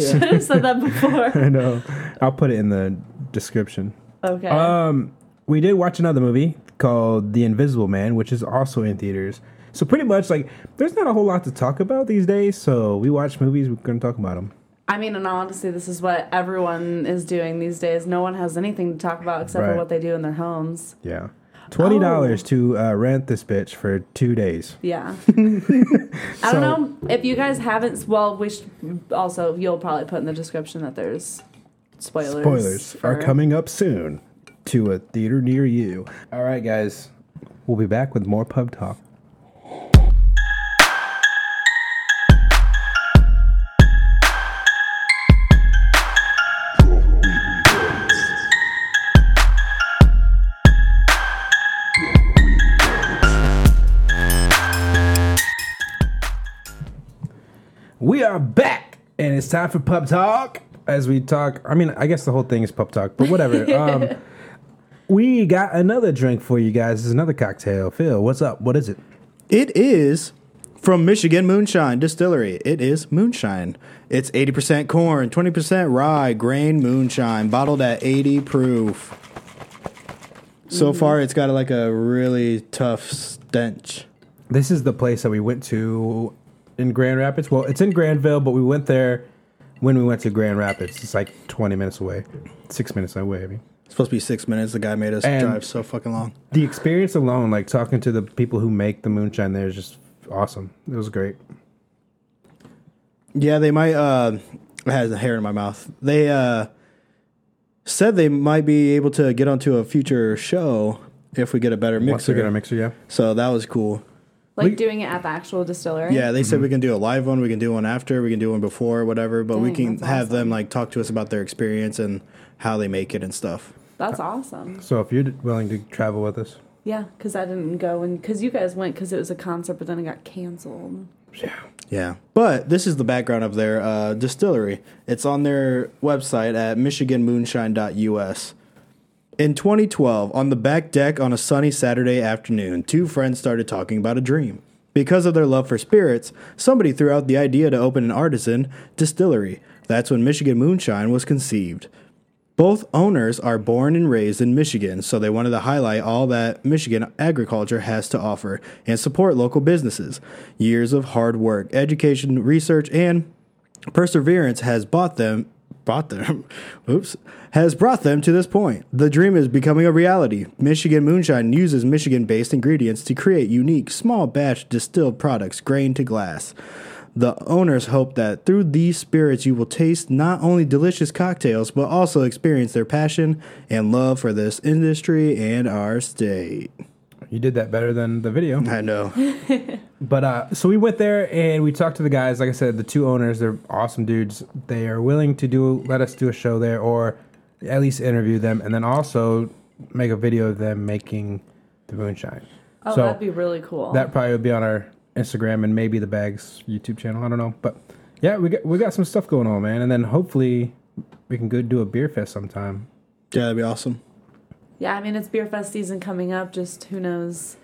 should have said that before.
I know I'll put it in the description.
Okay.
Um, we did watch another movie called The Invisible Man, which is also in theaters. So pretty much, like, there's not a whole lot to talk about these days. So we watch movies, we're gonna talk about them.
I mean, in all honesty, this is what everyone is doing these days. No one has anything to talk about except
Right.
for what they do in their homes.
Yeah. Twenty dollars to uh, rent this bitch for two days.
Yeah. I don't know if you guys haven't. Well, we should, also you'll probably put in the description that there's spoilers.
Spoilers are
for-
coming up soon to a theater near you. All right, guys, we'll be back with more pub talk. We are back, and it's time for pub talk. As we talk, I mean, I guess the whole thing is pub talk, but whatever. um, we got another drink for you guys. This is another cocktail. Phil, what's up? What is it?
It is from Michigan Moonshine Distillery. It is moonshine. It's 80% corn, 20% rye, grain moonshine, bottled at 80 proof. So
Mm-hmm.
far, it's got like a really tough stench.
This is the place that we went to in Grand Rapids. Well, it's in Granville, but we went there when we went to Grand Rapids. It's like 20 minutes away, six minutes away. I mean,
It's supposed to be six minutes. The guy made us
And-
drive so fucking long.
the experience alone, like talking to the people who make the moonshine there, is just awesome. It was great.
Yeah, they might. Uh, I had a hair in my mouth. They uh, said they might be able to get onto a future show if we get a better
Once we get our
mixer.
mixer, yeah.
So that was cool.
like doing it at the actual distillery.
Yeah, they said we can do a live one, we can do one after, we can do one before, whatever. But we
Dang,
can
that's
have them
awesome.
like talk to us about their experience and how they make it and stuff.
that's awesome.
So if you're willing to travel with us,
Yeah, because I didn't go and because you guys went because it was a concert, but then it got canceled.
Yeah, but this is the background of their uh, distillery. It's on their website at MichiganMoonshine.us. In 2012, on the back deck on a sunny Saturday afternoon, two friends started talking about a dream. Because of their love for spirits, somebody threw out the idea to open an artisan distillery. That's when Michigan Moonshine was conceived. Both owners are born and raised in Michigan, so they wanted to highlight all that Michigan agriculture has to offer and support local businesses. Years of hard work, education, research, and perseverance has bought them brought them oops has brought them to this point the dream is becoming a reality michigan moonshine uses michigan based ingredients to create unique small batch distilled products grain to glass The owners hope that through these spirits you will taste not only delicious cocktails, but also experience their passion and love for this industry and our state.
You did that better than the video.
I know.
But uh, so we went there and we talked to the guys. Like I said, the two owners, they're awesome dudes. They are willing to do let us do a show there, or at least interview them, and then also make a video of them making the moonshine.
Oh,
so
that'd be really cool.
that probably would be on our Instagram and maybe the Bags YouTube channel. I don't know, but yeah, we got we got some stuff going on, man. And then hopefully we can go do a beer fest sometime.
Yeah, that'd be awesome.
yeah, I mean it's beer fest season coming up. Just who knows?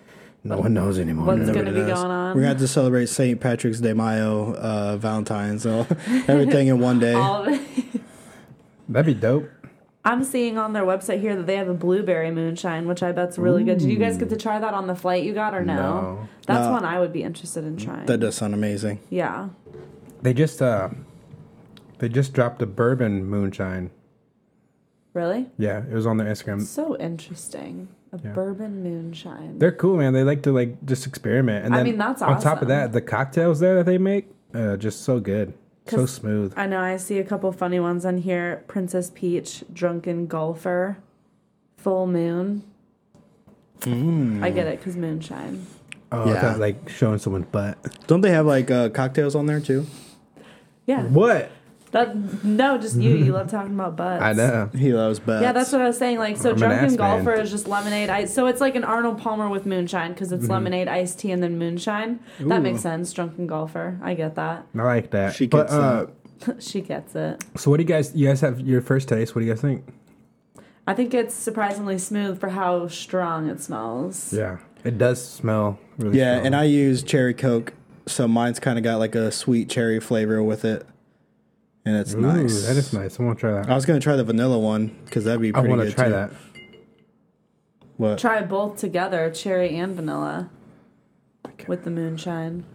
No one knows anymore.
What's
no.
gonna- be
Nobody knows.
going on.
We're gonna have to celebrate St. Patrick's Day, Mayo, uh, Valentine's, all, everything in one day.
All of it.
That'd be dope.
I'm seeing on their website here that they have a blueberry moonshine, which I bet's really good. Did you guys get to try that on the flight you got or
Mm.
no?
No. Mm,
That's
No.
one I would be interested in trying.
That does sound amazing.
yeah.
They just uh, they just dropped a bourbon moonshine.
Really?
Yeah, it was on their Instagram.
So interesting. A bourbon moonshine.
They're cool, man. They like to like just experiment. And
I
then
mean, that's
on top
awesome.
of that, the cocktails there that they make, uh, just so good, so
'Cause-
smooth.
I know I see a couple funny ones on here. Princess Peach, Drunken Golfer, Full Moon.
Mm.
I get it because moonshine.
Oh, I
Yeah.
thought, like showing someone's butt.
Don't they have like uh, cocktails on there too?
Yeah.
What?
That no, just you. You love talking about butts.
I know.
He loves bats.
Yeah, that's what I was saying. Like, so
I'm an ass
drunken
man.
golfer is just lemonade ice. So it's like an Arnold Palmer with moonshine because
Mm-hmm.
it's lemonade, iced tea, and then moonshine. That makes sense. Drunken golfer, I get that.
I like that.
She
but,
gets
uh,
she gets it.
so what do you guys? You guys have your first taste. What do you guys think?
I think it's surprisingly smooth for how strong it smells.
Yeah, it does smell really.
Yeah, and I use cherry coke, so mine's kind of got like a sweet cherry flavor with it, and it's nice.
That is nice. I want to try that.
I was gonna try the vanilla one because that'd be
I
pretty
want to
good
try
too.
that.
What?
Try both together, cherry and vanilla, with the moonshine.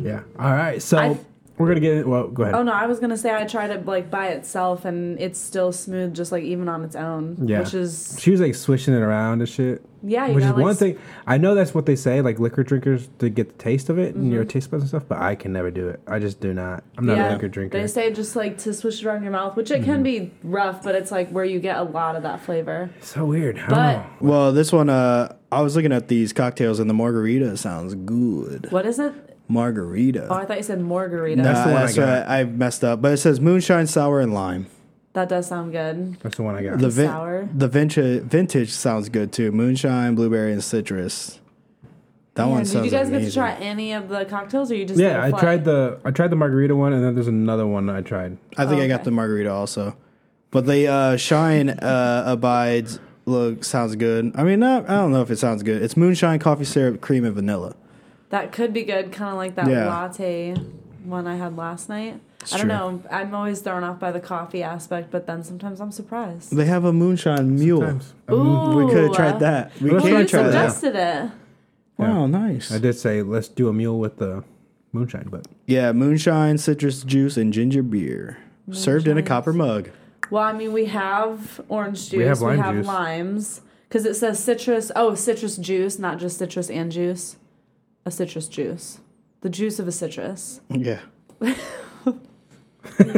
Yeah. All right. So
I-
we're gonna get. it. Well, go ahead.
Oh no, I was gonna say I tried it like by itself, and it's still smooth, just like even on its own.
Yeah.
Which is
She was like swishing it around and shit.
Yeah, you
which is
gotta, like,
one
s-
thing. I know that's what they say, like liquor drinkers to get the taste of it and your taste buds and stuff. But I can never do it. I just do not. I'm not
Mm-hmm.
a
yeah.
liquor drinker.
They say just like to swish it around your mouth, which it can be rough, but it's like where you get a lot of that flavor.
so weird. I don't
But-
know.
Well, this one, uh, I was looking at these cocktails, and the margarita sounds good.
What is it?
Margarita.
Oh, I thought you said margarita.
That's
Uh,
the one I
that's
got.
what I, I messed up, but it says moonshine, sour, and lime.
That does sound good.
that's the one I got.
The vin-
Sour.
the vintage vintage sounds good too. Moonshine, blueberry, and citrus. That
Yeah,
one
did
sounds
you guys
amazing.
get to try any of the cocktails, or you just
yeah, I tried the I tried the margarita one, and then there's another one I tried.
I think
Oh,
I
okay.
got the margarita also, but the uh, shine uh, abides look sounds good. I mean, not, I don't know if it sounds good. It's moonshine, coffee syrup, cream, and vanilla.
that could be good, kind of like that
Yeah.
latte one I had last night. I don't
true.
know. I'm always thrown off by the coffee aspect, but then sometimes I'm surprised.
They have a moonshine mule.
Sometimes. Um,
Ooh,
We could have tried that. We
Well,
Well,
can
uh? you
try that.
suggested it.
Wow, nice.
I did say let's do a mule with the moonshine, but
Yeah, moonshine, citrus juice, and ginger beer. Served in a
Moonshine.
copper mug.
Well, I mean, we have orange juice.
We
We
have
have,
lime juice.
limes because it says citrus. Oh, citrus juice, not just citrus and juice. A citrus juice, the juice of a citrus.
Yeah.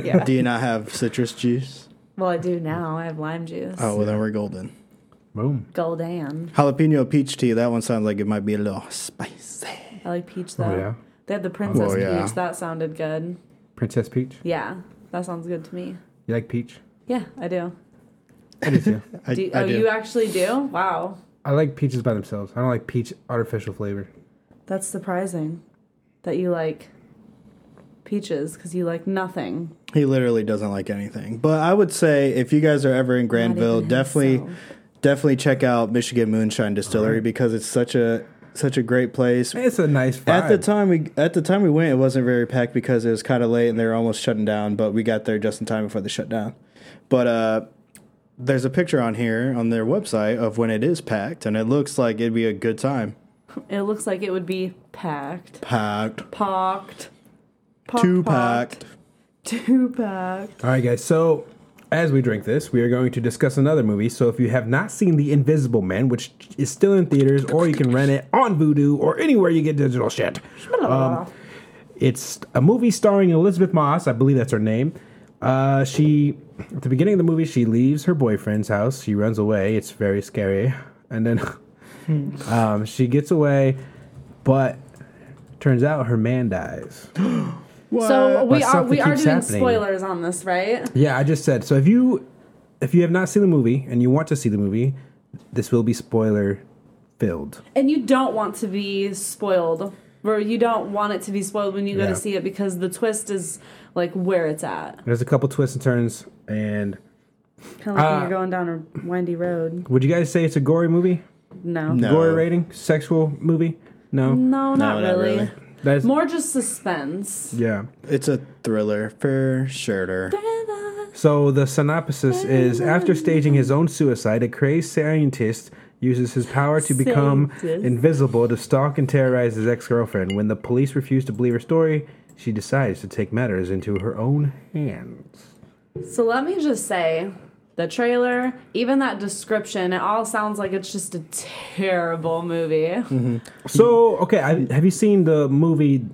Yeah.
Do you not have citrus juice?
well, I do now. I have lime juice.
Oh, well, then we're golden.
boom.
Golden.
Jalapeno peach tea. That one sounds like it might be a little spicy.
I like peach though.
yeah.
They had the princess
Well, yeah.
peach. That sounded good.
Princess Peach.
Yeah, that sounds good to me.
You like peach?
Yeah, I do.
I do too.
I,
do
I
oh,
do.
you actually do? Wow,
I like peaches by themselves. I don't like peach artificial flavor.
that's surprising that you like peaches because you like nothing.
he literally doesn't like anything. But I would say if you guys are ever in Granville,
even
definitely,
himself.
definitely check out Michigan Moonshine Distillery because it's such a such a great place.
It's a nice vibe.
At the time we at the time we went, it wasn't very packed because it was kind of late and they were almost shutting down. But we got there just in time before they shut down. But uh, there's a picture on here on their website of when it is packed, and it looks like it'd be a good time.
It looks like it would be packed.
Packed,
Pocked. Pock,
too packed.
Two packed.
All right, guys. So, as we drink this, we are going to discuss another movie. So, if you have not seen The Invisible Man, which is still in theaters, or you can rent it on Vudu or anywhere you get digital shit, um, It's a movie starring Elizabeth Moss. I believe that's her name. Uh, she, at the beginning of the movie, she leaves her boyfriend's house. She runs away. It's very scary. And then um, she gets away, but turns out her man dies.
So we
But
are we
something
are
keeps
doing
happening.
spoilers on this, right?
Yeah, I just said. So if you if you have not seen the movie and you want to see the movie, this will be spoiler filled.
And you don't want to be spoiled, or you don't want it to be spoiled when you go
Yeah. Uh,
to see it because the twist is like where it's at.
There's a couple twists and turns. And
Kind of like
Uh,
when you're going down a windy road.
would you guys say it's a gory movie?
No,
No.
Gory rating? Sexual movie? No.
no,
not
not, really.
really.
That's
More just suspense.
yeah.
It's a thriller for sure.
So the synopsis is after staging his own suicide, a crazed scientist uses his power to become
Scientist.
invisible to stalk and terrorize his ex-girlfriend. When the police refuse to believe her story, she decides to take matters into her own hands.
So let me just say, the trailer, even that description, it all sounds like it's just a terrible movie.
So okay, I, have you seen the movie?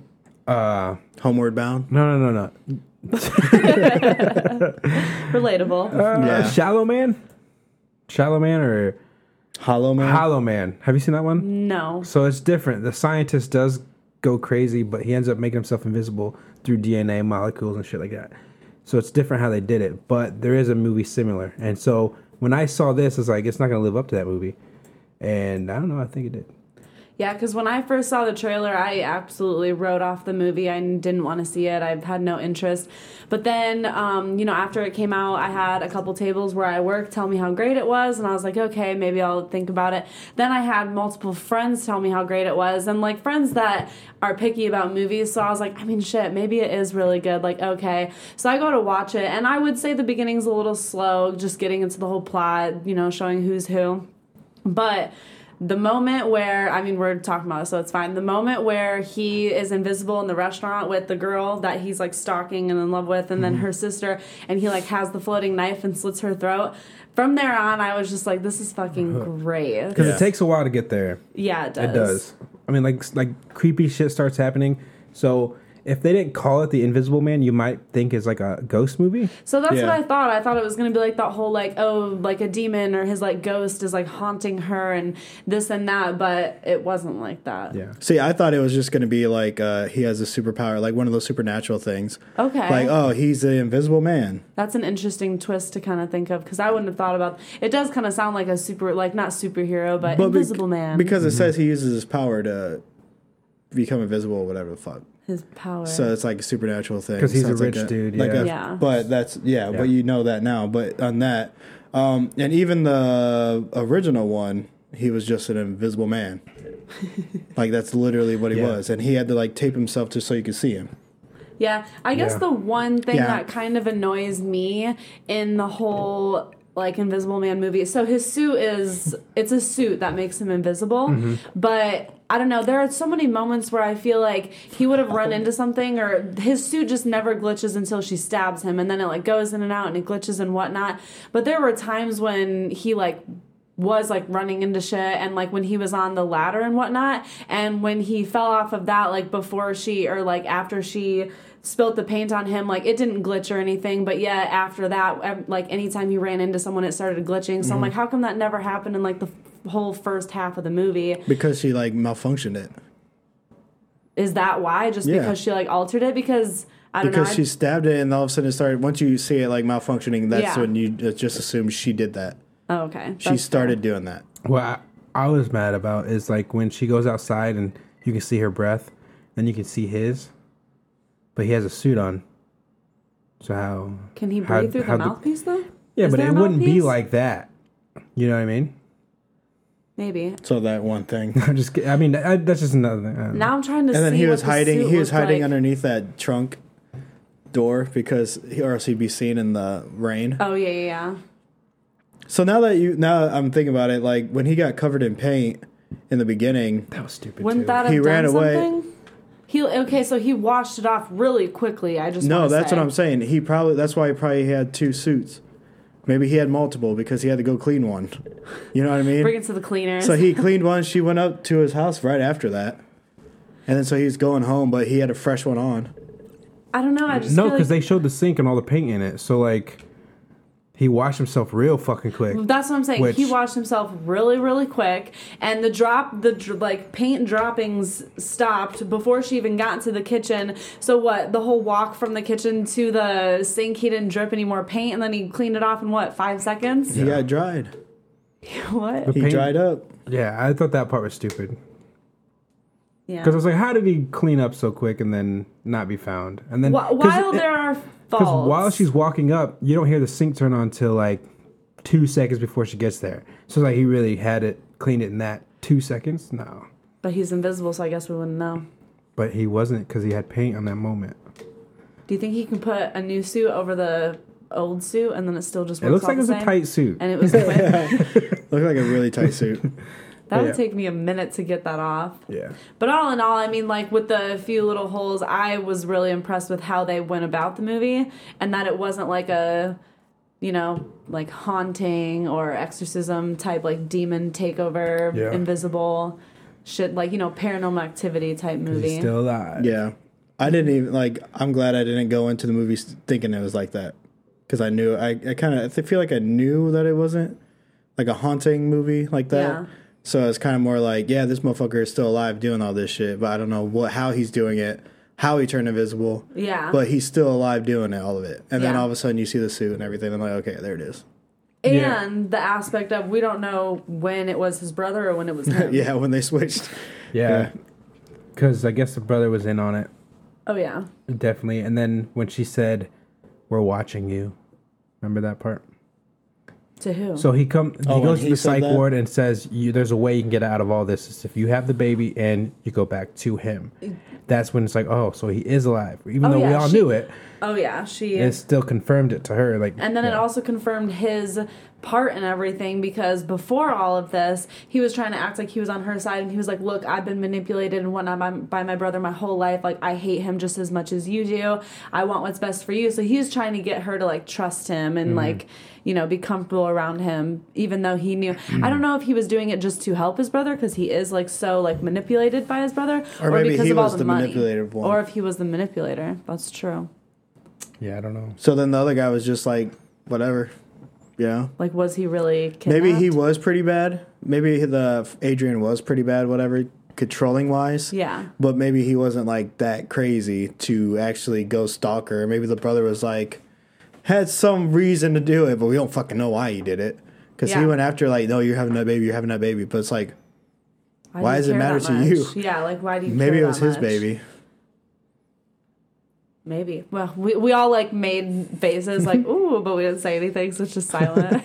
Uh,
Homeward Bound.
no, no, no, no.
Relatable.
Uh,
Yeah.
Shallow Man, Shallow Man, or
Hollow Man.
Hollow Man. Have you seen that one?
Mm.
No.
So it's different. The scientist does go crazy, but he ends up making himself invisible through DNA molecules and shit like that. So it's different how they did it, but there is a movie similar. And so when I saw this, it's like it's not gonna live up to that movie. And I don't know. I think it did.
Yeah, because when I first saw the trailer, I absolutely wrote off the movie. I didn't want to see it. I had no interest. But then, um, you know, after it came out, I had a couple tables where I worked tell me how great it was, and I was like, okay, maybe I'll think about it. Then I had multiple friends tell me how great it was, and like friends that are picky about movies. So I was like, I mean, shit, maybe it is really good. Like, okay. So I go to watch it, and I would say the beginning's a little slow, just getting into the whole plot, you know, showing who's who. But the moment where I mean we're talking about it, so it's fine. The moment where he is invisible in the restaurant with the girl that he's like stalking and in love with, and then her sister, and he like has the floating knife and slits her throat. From there on, I was just like, "This is fucking great."
Because
Yeah.
it takes a while to get there.
Yeah, it does.
It does. I mean, like like creepy shit starts happening. So if they didn't call it the Invisible Man, you might think it's like a ghost movie.
So that's
Yeah.
what I thought. I thought it was gonna be like that whole like oh like a demon or his like ghost is like haunting her and this and that, but it wasn't like that.
See, I thought it was just going to be like uh, he has a superpower, like one of those supernatural things.
Okay.
Like, oh, he's the invisible man.
That's an interesting twist to kind of think of because I wouldn't have thought about. It does kind of sound like a super, like not superhero,
But
but,
bec-
Invisible Man.
Because
Mm-hmm.
it says he uses his power to become invisible, whatever the fuck.
his power.
So it's like a supernatural thing.
'Cause he's a
Sounds like
rich dude,
like
yeah.
a-
Yeah.
But that's yeah,
Yeah.
But you know that now. But on that, um, and even the original one, he was just an invisible man. like that's literally what he
Yeah.
was, and he had to like tape himself just so you could see him.
yeah, I guess
Yeah.
the one thing
Yeah.
that kind of annoys me in the whole like Invisible Man movie. So his suit is it's a suit that makes him invisible, but. I don't know. There are so many moments where I feel like he would have run into something, or his suit just never glitches until she stabs him, and then it like goes in and out and it glitches and whatnot. But there were times when he like was like running into shit and like when he was on the ladder and whatnot and when he fell off of that like before she or like after she spilt the paint on him like it didn't glitch or anything but yeah after that ev- like anytime he ran into someone it started glitching
Mm-hmm.
so i'm like how come that never happened in like the f- whole first half of the movie
Because she like malfunctioned it.
is that why just
Yeah.
because she like altered it because i don't
Because
know I-
she stabbed it, and all of a sudden it started. Once you see it like malfunctioning, that's
Yeah.
when you uh, just assume she did that.
oh, okay
She
That's-
started doing that.
What I, I was mad about is like when she goes outside and you can see her breath, then you can see his, but he has a suit on. So how?
can he breathe
how-
through the
how
mouthpiece though
Yeah,
Is
but
there
it
a
wouldn't be
mouthpiece?
like that. You know what I mean?
maybe
So that one thing.
I'm just. kid- I mean, I, that's just another thing. I don't know.
now i'm trying to
And then
see
he
what
was
the
hiding.
suit
He was
looked
hiding
like.
underneath that trunk door because, he, or else he'd be seen in the rain.
oh yeah yeah yeah
So now that you, now that I'm thinking about it, like when he got covered in paint in the beginning,
That was stupid.
Wouldn't
too.
that have
He
done
ran away.
something? He okay, so he washed it off really quickly. I just
no,
wanna
that's
say.
what I'm saying. He probably that's why he probably had two suits. Maybe he had multiple because he had to go clean one. You know what I mean?
Bring it to the cleaners.
So he cleaned one. She went up to his house right after that. And then so he was going home, but he had a fresh one on.
I don't know. I just
No,
feel
because
like-
they showed the sink and all the paint in it. So like, he washed himself real fucking quick.
That's what I'm saying. he
Which-
washed himself really, really quick, and the drop, the dr- like paint droppings stopped before she even got into the kitchen. So what? The whole walk from the kitchen to the sink, he didn't drip any more paint, and then he cleaned it off in what five seconds?
He got dried.
What?
He
Paint-
dried up.
Yeah, I thought that part was stupid
Yeah.
because I was like, how did he clean up so quick and then not be found? And then
Wh- while there are
because
faults,
while she's walking up, you don't hear the sink turn on till like two seconds before she gets there. So like, he really had it cleaned it in that two seconds. No,
but he's invisible, so I guess we wouldn't know.
but he wasn't because he had paint on that moment.
Do you think he can put a new suit over the old suit, and then it still just?
It looks
Works all
like
the
it's a
same?
tight suit.
And it was quick.
Looked like a really tight suit.
that
Yeah.
would take me a minute to get that off.
Yeah.
But all in all, I mean, like with the few little holes, I was really impressed with how they went about the movie and that it wasn't like a, you know, like haunting or exorcism type, like demon takeover,
Yeah.
invisible shit, like, you know, paranormal activity type movie.
He's still alive.
Yeah. I didn't even like. I'm glad I didn't go into the movie s- thinking it was like that because I knew I, I kind of I feel like I knew that it wasn't like a haunting movie like that.
Yeah.
So it's kind of more like, yeah, this motherfucker is still alive doing all this shit, but I don't know what how he's doing it, how he turned invisible.
Yeah.
But he's still alive doing it, all of it. And then
Yeah.
all of a sudden you see the suit and everything. I'm like, okay, there it is.
Yeah.
and the aspect of we don't know when it was his brother or when it was him.
Yeah, when they switched.
Yeah. Because I guess the brother was in on it,
Oh, yeah.
definitely. And then when she said, "We're watching you," remember that part?
To who?
So he come, he
Oh,
goes
and
to
he
the
said
psych
that?
ward and says, you, "There's a way you can get out of all this. Is if you have the baby and you go back to him." That's when it's like, "Oh, so he is alive," even
Oh,
though we
yeah,
all
she-
knew it.
oh, yeah. She
It still confirmed it to her. Like,
And then it
yeah.
also confirmed his part in everything because before all of this, he was trying to act like he was on her side and he was like, Look, I've been manipulated and whatnot by, by my brother my whole life. Like, I hate him just as much as you do. I want what's best for you. So he's trying to get her to like trust him
Mm-hmm.
and like, you know, be comfortable around him, even though he knew. I
Mm-hmm.
don't know if he was doing it just to help his brother because he is like so like manipulated by his brother
Or maybe he was the
money.
manipulative one.
Or if he was the manipulator. That's true.
yeah, I don't know.
So then the other guy was just like, whatever. Yeah.
Like, was he really kidnapped?
Maybe he was pretty bad. Maybe the Adrian was pretty bad, whatever, controlling wise.
Yeah.
But maybe he wasn't like that crazy to actually go stalk her. Maybe the brother was like, had some reason to do it, but we don't fucking know why he did it. Because he
Yeah.
went after, like, no, you're having that baby, you're having that baby. But it's like,
Why,
Why
do
does it
care
matter
that
to
much?
you?
Yeah, like why do you?
maybe
care
it was
that
his
much?
baby.
Maybe. Well, we, we all like made faces like ooh, but we didn't say anything, so it's just silent.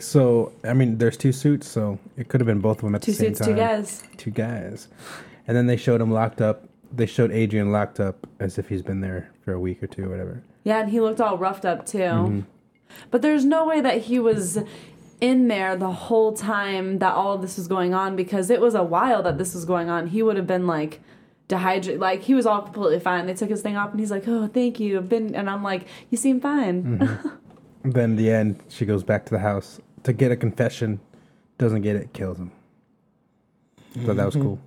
So I mean, there's two suits, so it could have been both of them at
two
the same
suits, two
time.
guys.
two guys. And then they showed him locked up. They showed Adrian locked up as if he's been there for a week or two, or whatever.
Yeah, and he looked all roughed up too.
Mm-hmm.
But there's no way that he was in there the whole time that all of this was going on because it was a while that this was going on. He would have been like dehydrated. Like he was all completely fine. They took his thing off and he's like, "Oh, thank you." I've been and I'm like, "You seem fine."
Mm-hmm.
Then the end, she goes back to the house to get a confession. Doesn't get it, kills him. So that was cool.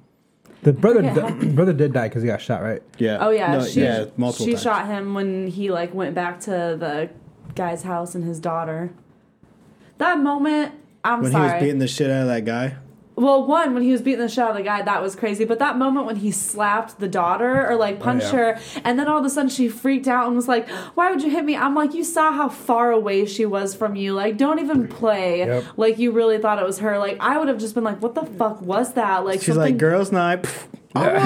The brother,
forget
di- brother did die because he got shot, right?
Yeah.
Oh yeah,
No,
she,
yeah, multiple
she
times.
shot him when he like went back to the guy's house and his daughter. That moment, I'm
when he was
sorry.
beating the shit out of that guy.
well, one when he was beating the shit out of the guy, that was crazy. But that moment when he slapped the daughter or
Oh,
like punched
yeah.
her, and then all of a sudden she freaked out and was like, "Why would you hit me?" I'm like, "You saw how far away she was from you. Like, don't even play.
Yep.
Like you really thought it was her. Like I would have just been like, "What the fuck was that?" Like
She's like,
something
girls' night.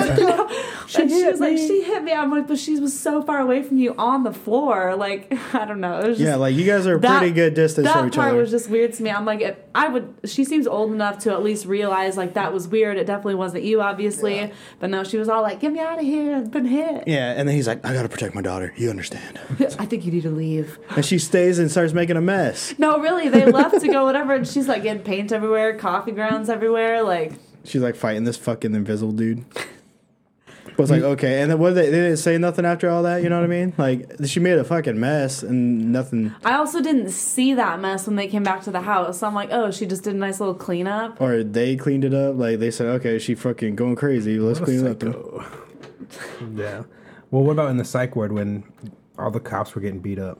she, she was like, she hit me. I'm like, but she was so far away from you on the floor. Like, I don't know. It was just,
Yeah, like, you guys are a
that-
pretty good distance
That
from each
part
other.
was just weird to me. I'm like, if I would. She seems old enough to at least realize like that was weird. It definitely wasn't you, obviously. But no, she was all like, get me out of here. I've been hit.
yeah, and then he's like, I gotta protect my daughter. You understand.
I think you need to leave.
and she stays and starts making a mess.
No, really, they left to go whatever, and she's like getting paint everywhere, coffee grounds everywhere, like.
She's like fighting this fucking invisible dude. was like, okay, and then what? They, they didn't say nothing after all that. You know what I mean? Like she made a fucking mess and nothing.
I also didn't see that mess when they came back to the house. So I'm like, oh, she just did a nice little cleanup.
Or they cleaned it up. Like they said, okay, she fucking going crazy. Let's
What a
clean it up.
psycho. yeah. Well, what about in the psych ward when all the cops were getting beat up?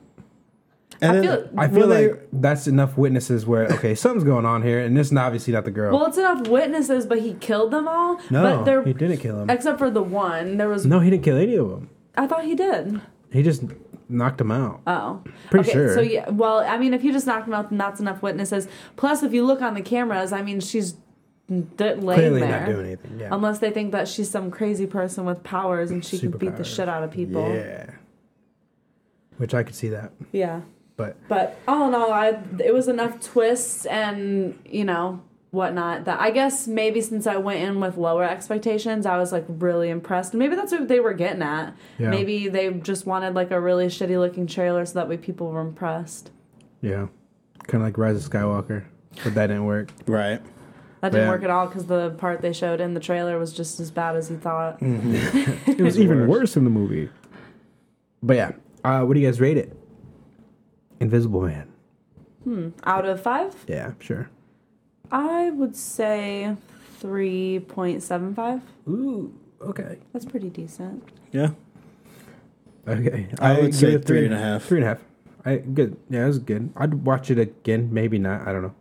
And
I
then-
feel-
I feel
Well, they-
like that's enough witnesses where okay, something's going on here, and this is obviously not the girl.
Well, it's enough witnesses, but he killed them all.
no,
but they're,
he didn't kill him.
Except for the one. There was.
no, he didn't kill any of them.
I thought he did.
He just knocked him out.
Oh,
Pretty sure.
So yeah, well, I mean, if you just knock them out, then that's enough witnesses. Plus, if you look on the cameras, I mean, she's d- laying
Clearly
there.
not doing anything. Yeah.
Unless they think that she's some crazy person with powers and she can beat the
Superpowers.
shit out of people.
yeah. Which I could see that,
Yeah.
but
But all in all, I, it was enough twists and, you know, whatnot that I guess maybe since I went in with lower expectations, I was like really impressed. Maybe that's what they were getting at.
Yeah.
Maybe they just wanted like a really shitty looking trailer so that way people were impressed.
yeah, kind of like Rise of Skywalker, but that didn't work.
right.
That didn't
Yeah.
work at all because the part they showed in the trailer was just as bad as you thought.
Mm. It was even worse in the movie. But yeah, uh, what do you guys rate it? Invisible Man.
Out of five,
Yeah, sure.
I would say 3.75.
Ooh, okay.
That's pretty decent.
Yeah.
Okay,
I would
give
say
it
three and a half.
Three and a half. I good. Yeah, it was good. I'd watch it again. Maybe not. I don't know.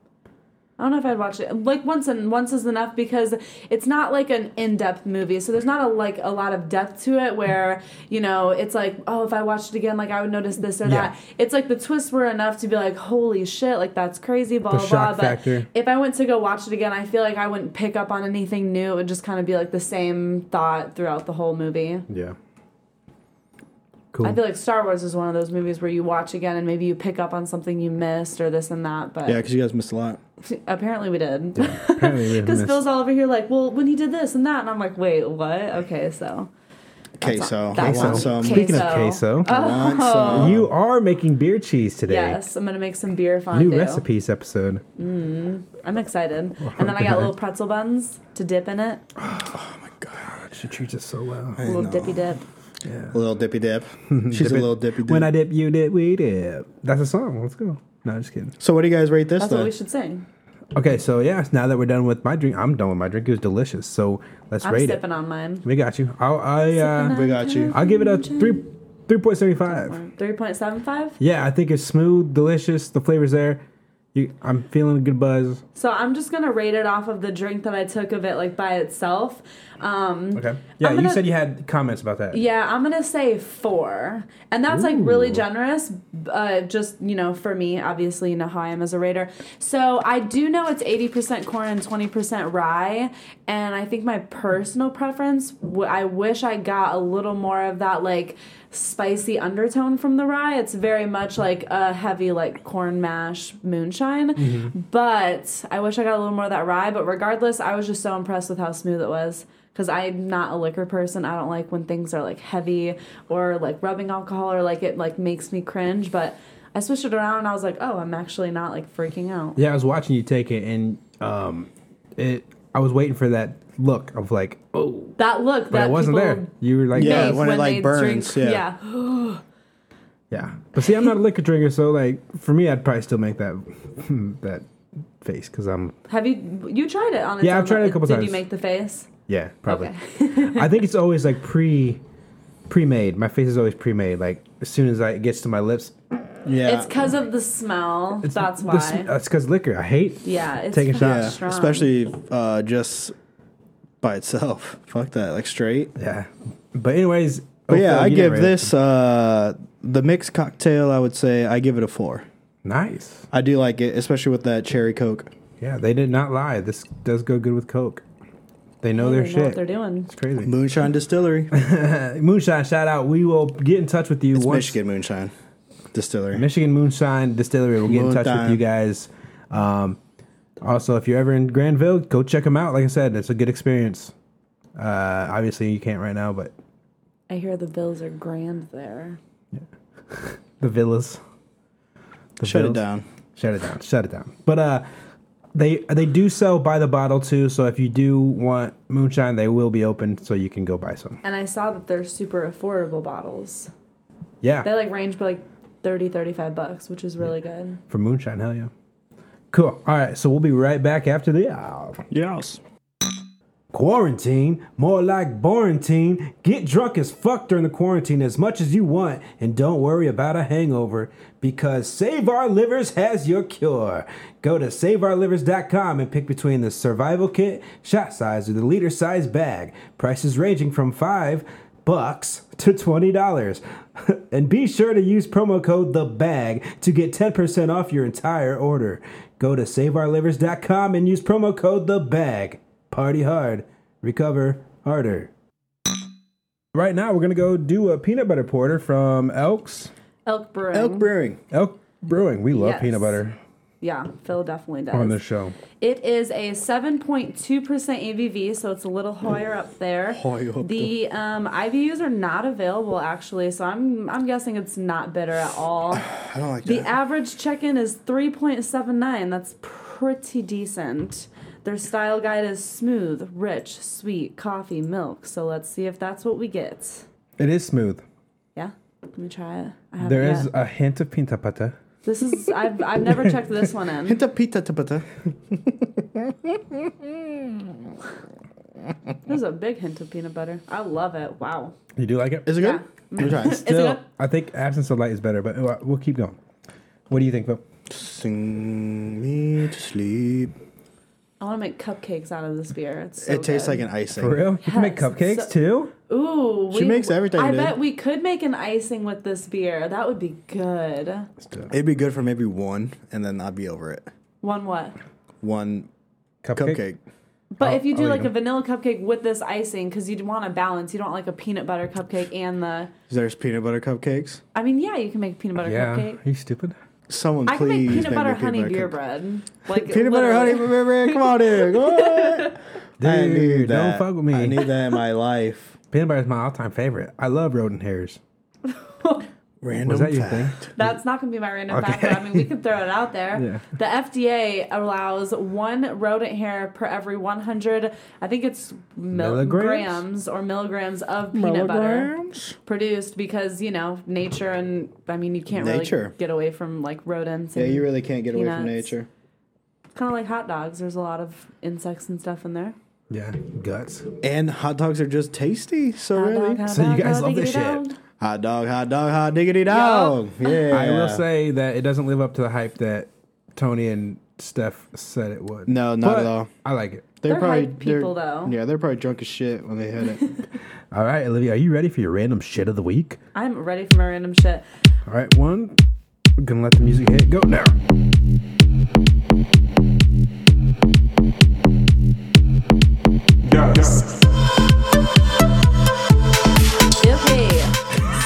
I don't know if I'd watch it. Like once and once is enough because it's not like an in-depth movie. So there's not a like a lot of depth to it where, you know, it's like, oh, if I watched it again, like I would notice this or
Yeah.
that. It's like the twists were enough to be like, holy shit, like that's crazy, blah
The
blah blah.
shock
But
factor.
if I went to go watch it again, I feel like I wouldn't pick up on anything new. It would just kind of be like the same thought throughout the whole movie.
Yeah. Cool.
I feel like Star Wars is one of those movies where you watch again and maybe you pick up on something you missed or this and that. But
Yeah, because you guys missed a lot.
apparently we did.
Apparently we
Because
missed.
Phil's all over here like, well, when he did this and that, and I'm like, wait, what? Okay, so
Okay, so I
that's
want
not-
some.
Okay.
Speaking
queso. Oh.
of queso,
I want some.
you are making beer cheese today.
yes, I'm gonna make some beer fondue.
New Oh, recipes episode.
I'm excited, and then I got
God.
little pretzel buns to dip in it,
God, she treats us so well.
a little dippy dip.
a little dippy dip. She's a little dippy dip.
When I dip, you dip, we dip. That's a song. Let's go. No, just kidding.
so what do you guys rate this
That's
then?
what we should sing.
Okay, so yeah, now that we're done with my drink, I'm done with my drink. It was delicious. So let's
I'm
rate it.
sipping on mine.
We got you. I'll, I uh,
We got you.
I'll give it a three three point seventy five.
Three point seven five.
Yeah, I think it's smooth, delicious. The flavors there. You, I'm feeling a good buzz.
So I'm just gonna rate it off of the drink that I took of it, like by itself. Um,
Okay. Yeah,
I'm
you
gonna-
said you had comments about that.
Yeah, I'm gonna say four, and that's like really generous. Uh, just you know, for me, obviously, you know how I am as a rater. So I do know it's 80% corn and 20% rye, and I think my personal preference, w- I wish I got a little more of that like spicy undertone from the rye. It's very much like a heavy like corn mash moonshine, but I wish I got a little more of that rye. But regardless, I was just so impressed with how smooth it was because I'm not a liquor person. I don't like when things are like heavy or like rubbing alcohol or like it like makes me cringe. But I switched it around and I was like, oh, I'm actually not like freaking out.
Yeah, I was watching you take it, and um, it. I was waiting for that look of like, oh,
That look
but
that
it wasn't
people
there. You were like,
make
yeah,
Yeah. when it, like,
they
burns,
drink-
yeah.
yeah.
yeah. But see, I'm not a liquor drinker, so like for me, I'd probably still make that that face because I'm
Have you you tried it on? Its
Yeah, I've
own,
tried it a
like,
couple
did
times.
you make the face?
yeah probably.
Okay.
I think it's always like pre pre made. My face is always pre made. Like as soon as I, it gets to my lips,
yeah,
It's because of the smell. That's
the
why.
sm- That's because liquor. I hate.
yeah, it's
Take a
fucking
shot.
strong.
especially uh, just by itself. Fuck that, like straight.
Yeah. But anyways.
But yeah, I give this uh, the mixed cocktail. I would say I give it a four.
nice.
I do like it, especially with that cherry coke.
Yeah, they did not lie. This does go good with Coke. They know
They
their
know
Oh, shit.
what they're doing.
It's crazy.
Moonshine Distillery,
Moonshine shout out. We will get in touch with you
it's
once
Michigan Moonshine Distillery.
Michigan Moonshine Distillery will get in touch with
Moonshine.
you guys. Um, also, if you're ever in Granville, go check them out. Like I said, it's a good experience. Uh, obviously, you can't right now, but
I hear the bills are grand there.
the villas. The
Shut it
villas.
down.
Shut it down. Shut it down. But uh, They they do sell by the bottle too, so if you do want moonshine, they will be open, so you can go buy some.
And I saw that they're super affordable bottles.
Yeah,
They like range by like 30, 35 bucks, which is really good.
for moonshine, hell yeah. Cool. All right, so we'll be right back after the uh,
Yes.
Quarantine, more like quarantine. Get drunk as fuck during the quarantine as much as you want, and don't worry about a hangover because Save Our Livers has your cure. Go to saveourlivers.com and pick between the survival kit, shot size, or the liter size bag. Prices ranging from five bucks to twenty dollars. and be sure to use promo code the bag to get 10% off your entire order. Go to saveourlivers.com and use promo code the bag. Party hard, recover harder. Right now we're gonna go do a peanut butter porter from Elks.
Elk Brewing.
Elk Brewing.
Elk Brewing. We love
Yes.
peanut butter
Yeah, Phil definitely
Oh,
does.
on this show.
It is a 7.2% ABV, so it's a little higher up there.
Higher up
the um, IBUs are not available actually, so I'm I'm guessing it's not bitter at all.
I don't like
The
that.
average check-in is 3.79. That's pretty decent. Their style guide is smooth, rich, sweet, coffee, milk. So let's see if that's what we get.
It is smooth.
Yeah, let me try it. I haven't
There is
yet.
a hint of peanut butter.
This is I've I've never checked this one in.
Hinta pita tapata.
There's a big hint of peanut butter. I love it. Wow.
You do like it?
Is it good?
Yeah.
Let me try.
Is it
Still,
good?
I think absence of light is better, but uh, we'll keep going. What do you think, Phil?
Sing me to sleep.
I want to make cupcakes out of this beer. It's so
it tastes
good.
like an icing.
For real? You can make
Yes.
cupcakes
So-
too?
ooh.
She makes everything,
I
dude.
bet we could make an icing with this beer. That would be good.
It'd be good for maybe one, and then I'd be over it.
One what?
One
Cupcake.
cupcake.
But
Oh,
if you do
I'll eat
like a
them.
vanilla cupcake with this icing, because you'd want to balance. You don't like a peanut butter cupcake and the.
There's peanut butter cupcakes.
I mean, yeah, you can make peanut butter
Yeah.
cupcake.
Are you stupid?
Someone
I can
please
make peanut
me
butter honey
butter
beer
cupcake.
bread. Like
Peanut butter honey
literally.
beer bread. Come on, dude. Come on. I
Dude,
need
don't
that.
fuck with me.
I need that in my life.
Peanut butter is my all time favorite. I love rodent hairs.
Random
Was that your
fact.
thing?
That's not going to be my random
Okay.
fact, but I mean, we could throw it out there. The FDA allows one rodent hair per every 100, I think it's
Milligrams?
milligrams or milligrams of peanut butter produced because, you know, nature and, I mean, you can't
Nature.
really get away from like rodents.
Yeah,
and
you really can't get away from
Peanuts.
nature.
kind of like hot dogs. There's a lot of insects and stuff in there.
Yeah. Guts.
And hot dogs are just tasty. So
Hot
really,
dog, hot
So you
dog,
guys
hot
love this
diggity
shit?
dog.
hot dog, hot dog, hot diggity dog. Yeah.
I will say that it doesn't live up to the hype that Tony and Steph said it would.
No, not
But
at all.
I like it.
They're hype people, though.
Yeah, they're probably drunk as shit when they hit it.
All right, Olivia, are you ready for your random shit of the week?
I'm ready for my random shit.
All right, one. We're gonna let the music hit. Go now.
Okay.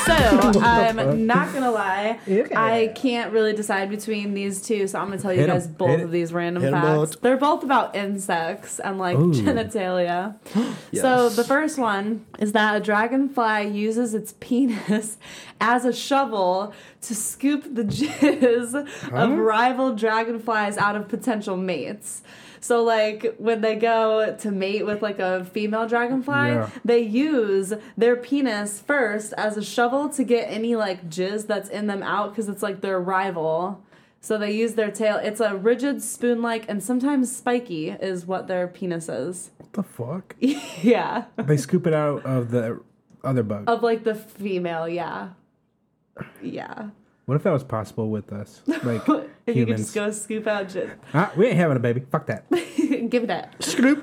So I'm not gonna lie, I can't really decide between these two, so I'm gonna tell you
Hit 'em.
guys both
Hit it.
of these random
Hit 'em
facts.
both.
They're both about insects and like
Ooh.
genitalia. So the first one is that a dragonfly uses its penis as a shovel to scoop the jizz of rival dragonflies out of potential mates. So like when they go to mate with like a female dragonfly,
Yeah.
they use their penis first as a shovel to get any like jizz that's in them out because it's like their rival. So they use their tail. It's a rigid spoon like and sometimes spiky is what their penis is.
What the fuck?
yeah.
they scoop it out of the other bug.
Of like the female, yeah. Yeah.
What if that was possible with us? Like
If you could
humans.
just go scoop out jizz.
ah, we ain't having a baby. Fuck that. What
Give it that.
Scroop.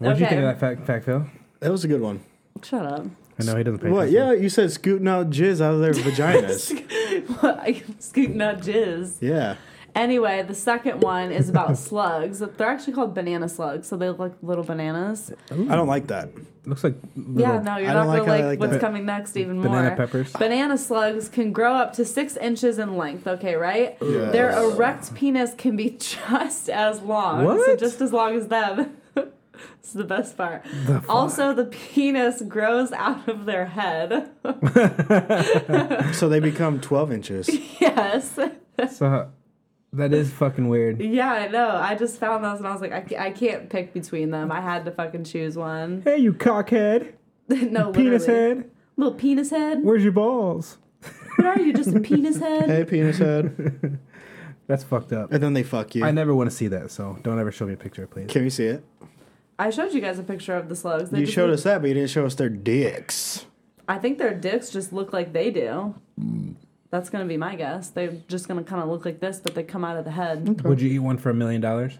did you think
Okay.
of that fact, fact, Phil?
That was a good one.
Shut up.
I know he doesn't pay
What?
attention.
Yeah, you said scooting out jizz out of their vaginas.
Scooting out jizz.
yeah.
Anyway, the second one is about slugs. They're actually called banana slugs, so they look like little bananas.
I don't like that.
Looks like
Yeah,
little-
no, you're
I
not
don't
gonna
like how
like,
they like
what's
that.
coming next even
Banana
more.
peppers.
Banana slugs can grow up to six inches in length. Okay, right?
Yes.
Their erect penis can be just as long. So
What?
just as long as them. it's the best part. also, the penis grows out of their head.
So they become 12 inches.
yes.
So That is fucking weird.
Yeah, I know. I just found those and I was like, I can't, I can't pick between them. I had to fucking choose one.
Hey, you cockhead,
no,
penis
literally.
head.
Little penis head.
Where's your balls?
What are you? Just a penis head?
Hey, penis head.
That's fucked up.
and then they fuck you.
I never want to see that, so don't ever show me a picture, please.
Can we see it?
I showed you guys a picture of the slugs. They
You
just
showed
look-
us that, but you didn't show us their dicks.
I think their dicks just look like they do. That's gonna be my guess. They're just gonna kind of look like this, but they come out of the head.
Would you eat one for a million dollars?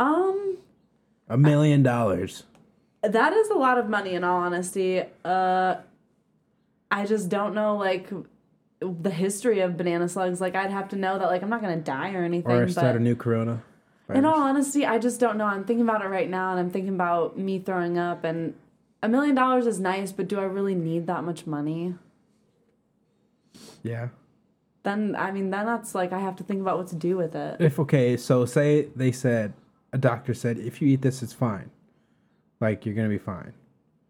Um,
A million dollars.
that is a lot of money, in all honesty. Uh, I just don't know like the history of banana slugs. Like I'd have to know that like I'm not gonna die or anything.
Or
but
start a new corona.
In all honesty, I just don't know. I'm thinking about it right now, and I'm thinking about me throwing up. And a million dollars is nice, but do I really need that much money?
Yeah.
Then I mean, then that's like I have to think about what to do with it.
If okay, so say they said a doctor said if you eat this, it's fine. Like you're gonna be fine.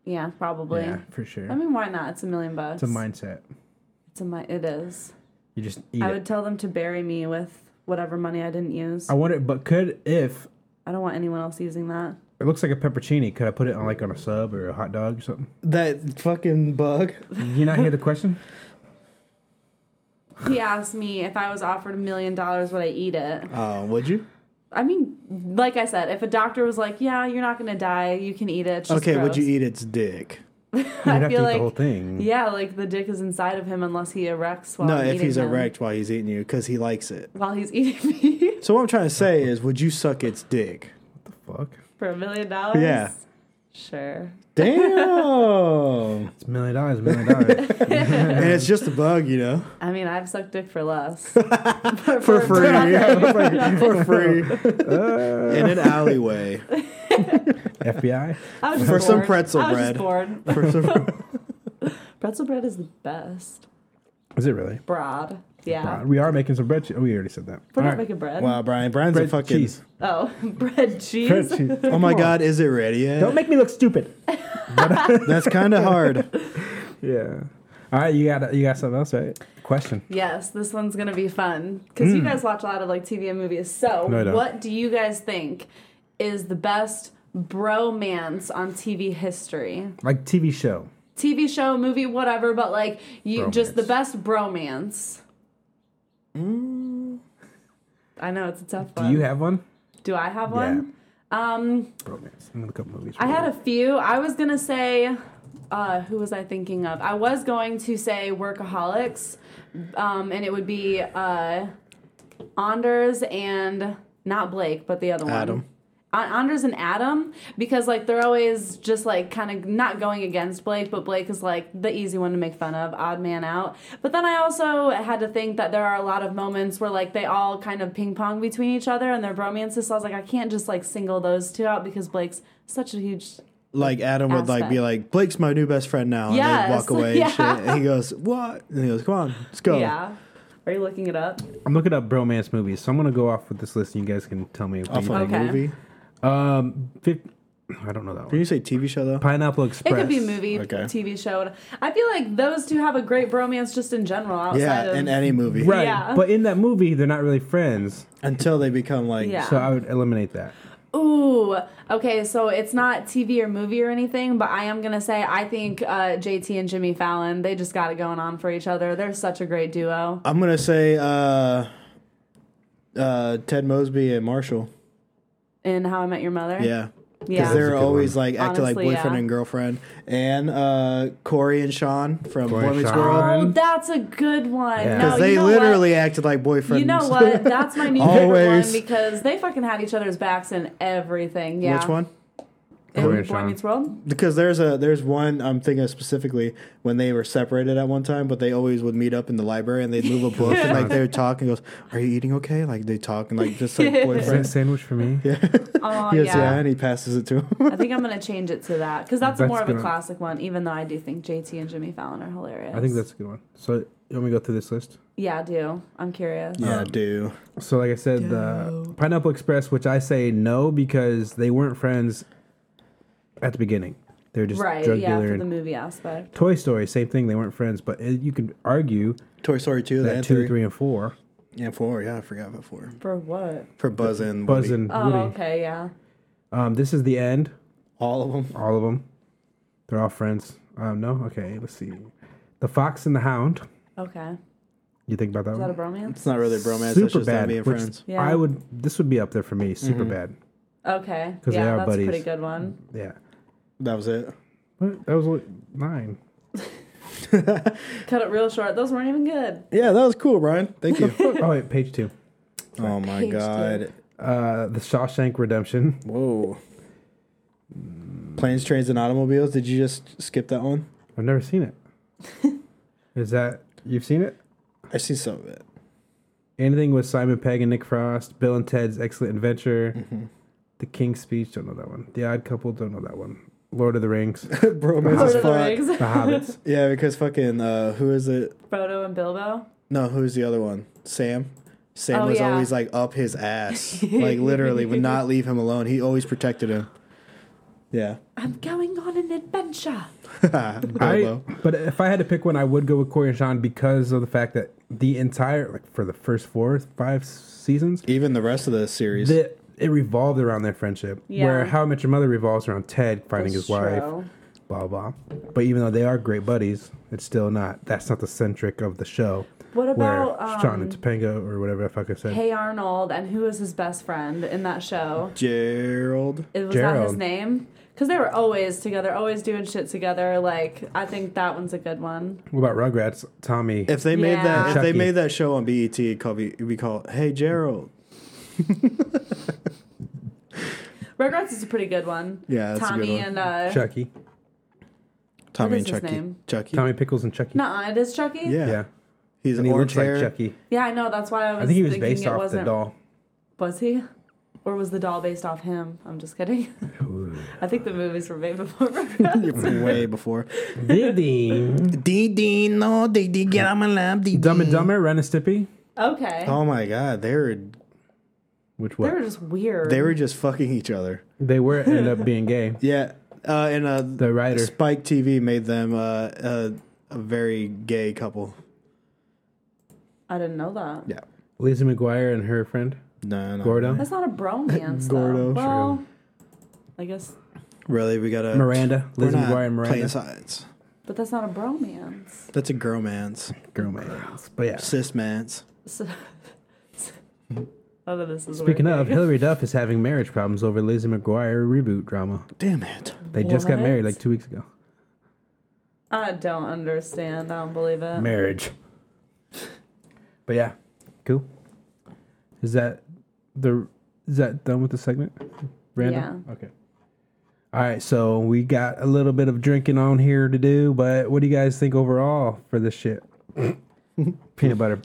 Yeah, probably.
Yeah, for sure.
I mean, why not? It's a million bucks.
it's a mindset.
It's a mi- It is.
You just eat
I
it.
would tell them to bury me with whatever money I didn't use.
I wonder, but could if
I don't want anyone else using that.
it looks like a peppercini, could I put it on like on a sub or a hot dog or something?
That fucking bug.
You not hear the question?
He asked me if I was offered a million dollars, would I eat it?
Uh, would you?
I mean, like I said, if a doctor was like, "Yeah, you're not gonna die. You can eat it." It's just
Okay, would
gross."
you eat its dick?
You'd have to eat
feel
the
like-
whole thing.
Yeah, like the dick is inside of him unless he erects while
No,
I'm
if
eating
he's
him,
erect while he's eating you, because he likes it.
while he's eating me
So what I'm trying to say is, would you suck its dick?
Fuck.
for a million dollars.
Yeah.
sure.
Damn.
It's a million dollars, a million dollars.
and it's just a bug, you know,
I mean, I've sucked dick for less. for,
for free, for free, in an alleyway.
FBI?
I was just
for some
bored.
pretzel
I was
bread.
Just bored.
For some-
Pretzel bread is the best.
Is it really?
Broad. Yeah.
Uh, we are making some bread. Che- oh, we already said that.
We're
All
not
right.
making bread.
wow, Brian, Brian's a
bread
fucking.
cheese.
Oh, bread cheese.
Bread cheese.
Oh my God, is it ready yet?
Don't make me look stupid.
That's kind of hard.
Yeah. All right, you got you got something else, right? Question.
Yes, this one's gonna be fun because you guys watch a lot of like TV and movies. So,
Hmm. No, I don't.
what do you guys think is the best bromance on TV history?
Like TV show.
TV show, movie, whatever, but like you just
Bromance.
the best bromance. I know it's a tough
Mm. Do
one.
you have one?
Do I have one? Um,
Romance. I'm gonna look up movies.
I had a few. I was gonna say, uh, who was I thinking of? I was going to say Workaholics, um, and it would be uh, Anders and not Blake, but the other one.
Adam.
An- Anders and Adam because like they're always just like kind of not going against Blake, but Blake is like the easy one to make fun of, odd man out. But then I also had to think that there are a lot of moments where like they all kind of ping pong between each other and their bromances. So I was like, I can't just like single those two out because Blake's such a huge.
Like Adam would like be
Aspect.
like, "Blake's my new best friend now,"
Yes,
and they'd walk away and
yeah.
shit. And he goes, "What?" And he goes, "Come on, let's go."
Yeah. Are you looking it up?
I'm looking up bromance movies, so I'm gonna go off with this list, and you guys can tell me. What
Off
you
of
think.
a
Okay.
movie.
Um, fif- I don't know that
Can
one.
you say TV show though?
Pineapple Express.
It could be movie,
Okay.
TV show. I feel like those two have a great bromance just in general outside
Yeah,
of.
in any movie
Right,
Yeah.
but in that movie, they're not really friends,
until they become like
Yeah.
so I would eliminate that.
Ooh, okay, so it's not TV or movie or anything, but I am gonna say I think uh, JT and Jimmy Fallon they just got it going on for each other. They're such a great duo.
I'm gonna say uh, uh, Ted Mosby and Marshall.
In How I Met Your Mother,
Yeah, because
yeah,
they're
a good
always like acting like
Honestly,
boyfriend
yeah.
and girlfriend. And uh, Corey and Sean from
Corey
Boy
and
Meets
Sean.
World
oh, that's a good one.
Yeah.
No,
'Cause
Oh, you
they
know
literally
What?
acted like boyfriends.
You know what? That's my new favorite one
Always.
because they fucking had each other's backs in everything. Yeah,
Which one?
In
Corey and
Boy
Sean.
Meets World.
Because there's a there's one I'm thinking of specifically when they were separated at one time, but they always would meet up in the library and they'd move a book and like they would talk and goes, "Are you eating okay?" Like they talk and like just like
Is that a
boyfriends.
sandwich for me? Yeah,
Oh
He goes, yeah.
yeah.
and he passes it to him.
I think I'm gonna change it to that because that's,
That's
more of
gonna-
a classic one. Even though I do think JT and Jimmy Fallon are hilarious.
I think that's a good one. So you want me to go through this list?
yeah. I do I'm curious.
yeah, do
So, like I said, the Pineapple Express, which I say no because they weren't friends at the beginning. They were just
Right,
drug
yeah,
dealer.
for the
and-
movie aspect.
Toy Story, same thing. They weren't friends, but it, you could argue
Toy Story two,
that
that
two,
three.
three. and four
Yeah, four. Yeah, I forgot about four.
For what?
For Buzz and Woody.
Buzz and
Oh,
Woody.
okay, yeah.
Um, this is the end.
all of them.
All of them. They're all friends. Um, no, okay. Let's see. The Fox and the Hound.
Okay.
You think about that
Is
one?
that a bromance?
It's not really a bromance.
Super
it's just
bad.
them being
which
friends.
Yeah.
I would. This would be up there for me. Super bad.
Okay.
'Cause they
Yeah,
are
that's
buddies.
a pretty good one.
Yeah.
That was it.
What? That was like nine.
Cut it real short. Those weren't even good.
Yeah, that was cool, Brian. Thank you.
oh wait, page two.
oh my
Page two.
god.
Uh, the Shawshank Redemption.
Whoa. Planes, trains, and automobiles. Did you just skip that one?
I've never seen it. Is that you've seen it?
I see some of it.
Anything with Simon Pegg and Nick Frost, Bill and Ted's Excellent Adventure, The King's Speech. Don't know that one. The Odd Couple. Don't know that one. Lord of the Rings.
bromance
Lord
as
of the
fuck.
Rings.
the Hobbits.
Yeah, because fucking uh, who is it?
Frodo and Bilbo.
No, who's the other one? Sam. Sam
Oh,
was
yeah.
always like up his ass, like literally would not leave him alone. He always protected him. Yeah,
I'm going on an adventure.
I,
Bilbo.
but if I had to pick one, I would go with Corey and Sean because of the fact that the entire like for the first four, five seasons,
Even the rest of the series.
that it revolved around their friendship.
Yeah.
Where How I Met Your Mother revolves around Ted finding
That's
his wife,
true.
blah blah. But even though they are great buddies, it's still not. That's not the centric of the show.
What about, um,
where Sean and Topanga or whatever the fuck I said?
Hey Arnold, and who was his best friend in that show?
Gerald.
It was that his
Gerald.
name? Because they were always together, always doing shit together. Like I think that one's a good one.
What about Rugrats? Tommy.
If they made that,
Yeah.
if they
Chucky.
made that show on BET, it'd call be, it'd be called Hey Gerald.
Rugrats is a pretty good one.
Yeah, that's a
Tommy
good one.
and uh,
Chucky.
Tommy
What
and
is his
Chucky.
name?
Chucky.
Tommy Pickles and Chucky.
Nuh-uh, it is Chucky.
Yeah.
Yeah.
He's
And he
orange
looks
hair.
like Chucky.
yeah, I know. That's why I was.
I think he was
thinking
based
it
off the
wasn't,
doll.
Was he? Or was the doll based off him? I'm just kidding. I think the movies were made before. Rugrats.
Way before.
Diddy.
Dee dee no dee dee get on my lap dee
Dumb and Dumber, Ren and Stimpy.
okay.
Oh my god, they were
Which
they
what?
were just weird.
they were just fucking each other.
They were ended up being gay.
Yeah, uh, and uh,
The writer.
Spike TV made them uh, uh, a very gay couple.
I didn't know that.
Yeah.
Lisa McGuire and her friend
No, no.
Gordo.
That's not a bromance.
Gordo.
Though. Well, I guess,
Really, we got a
Miranda.
We're
Lizzie
not
McGuire and
playing
Miranda.
sides.
but that's not a bromance.
That's a girl man's,
Girl man's. But yeah.
cis man's.
So, none of this is
Speaking
working.
of, Hillary Duff is having marriage problems over Lizzie McGuire reboot drama.
Damn it!
They just got
What?
married like two weeks ago.
I don't understand. I don't believe it.
Marriage. But yeah, cool. Is that the is that done with the segment? Random. Okay. All right, so we got a little bit of drinking on here to do, but what do you guys think overall for this shit? Peanut butter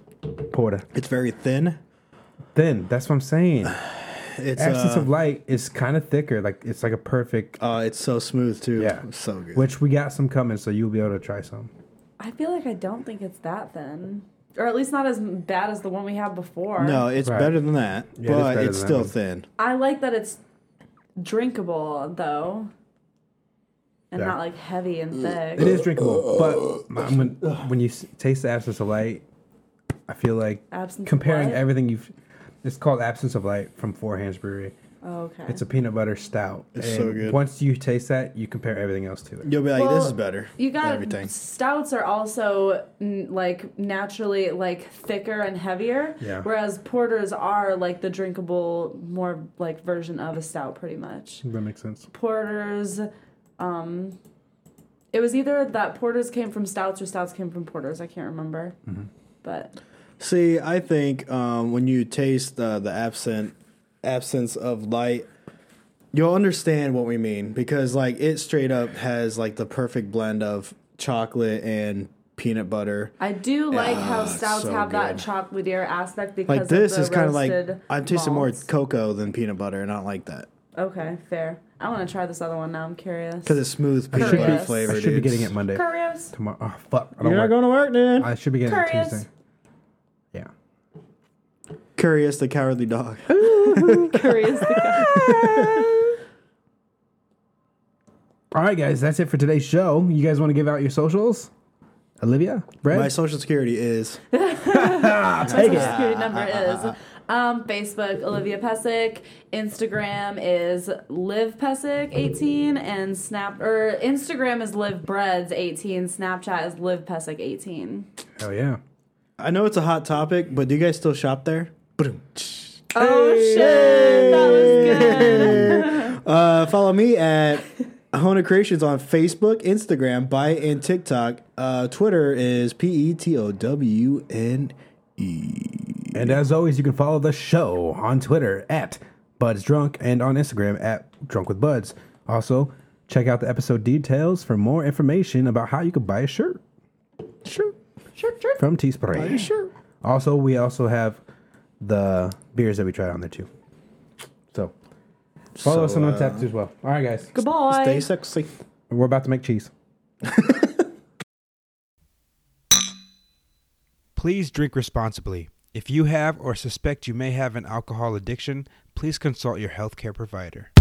porter.
It's very thin.
Thin. That's what I'm saying.
It's
Absence
uh,
of light is kind of thicker. Like it's like a perfect.
uh, it's so smooth too.
Yeah.
It's so good.
Which we got some coming, so you'll be able to try some.
I feel like I don't think it's that thin, or at least not as bad as the one we had before.
no, it's
Right.
better than that,
Yeah, it is
but
better
it's
than
still
that.
thin.
I like that it's drinkable though, and
Yeah.
not like heavy and thick.
It is
Uh,
drinkable, but I'm gonna- when you s- taste the absence of light, I feel like
Absence of
comparing
what?
everything you've. It's called Absence of Light from Four Hands Brewery.
Oh, okay.
It's a peanut butter stout.
It's so good.
Once you taste that, you compare everything else to it.
You'll be like,
Well,
this is better.
You
than
got
everything.
stouts are also n- like naturally like thicker and heavier,
Yeah.
whereas porters are like the drinkable, more like version of a stout, pretty much.
That makes sense.
Porters, um, it was either that porters came from stouts or stouts came from porters. I can't remember,
Mm-hmm.
but
See, I think um, when you taste uh, the absent absence of light, you'll understand what we mean because like it straight up has like the perfect blend of chocolate and peanut butter.
I do like how stouts
Ah, so
have that
good.
chocolatier aspect because
Like this
of the
is kind of like
roasted
I've tasted
malts.
more cocoa than peanut butter, and I don't like that
Okay, fair. I want to try this other one now. I'm curious.
because it's smooth peanut
should be-
butter
I
flavor.
I should be
dude.
getting it Monday.
curious.
Tomorrow. Oh, fuck. I don't
You're not
work.
going to work, dude.
I should be getting it
Curious.
Tuesday. Yeah.
Curious the cowardly dog.
curious.
All right, guys, that's it for today's show. You guys want to give out your socials? Olivia? Brad?
My social security is
Take it.
security number is. Um, Facebook, Olivia Pesic. Instagram is Live Pesic 18, and Snap or Instagram is Live Breads 18. Snapchat is Live Pesic 18.
Hell yeah.
I know it's a hot topic, but do you guys still shop there?
Oh shit, that was good.
Uh, follow me at Hona Creations on Facebook, Instagram, Byte, and TikTok. Uh, Twitter is P E T O W N E.
And as always, you can follow the show on Twitter at Buds Drunk and on Instagram at Drunk with Buds. Also, check out the episode details for more information about how you can buy a shirt. Shirt. Shirt, shirt. From Teespring. Buy a shirt. Also, we also have the beers that we tried on there too. So, follow
So,
us on
uh,
Untapped as well. All right, guys.
Goodbye.
Stay sexy.
We're about to make cheese. Please drink responsibly. If you have or suspect you may have an alcohol addiction, please consult your healthcare provider.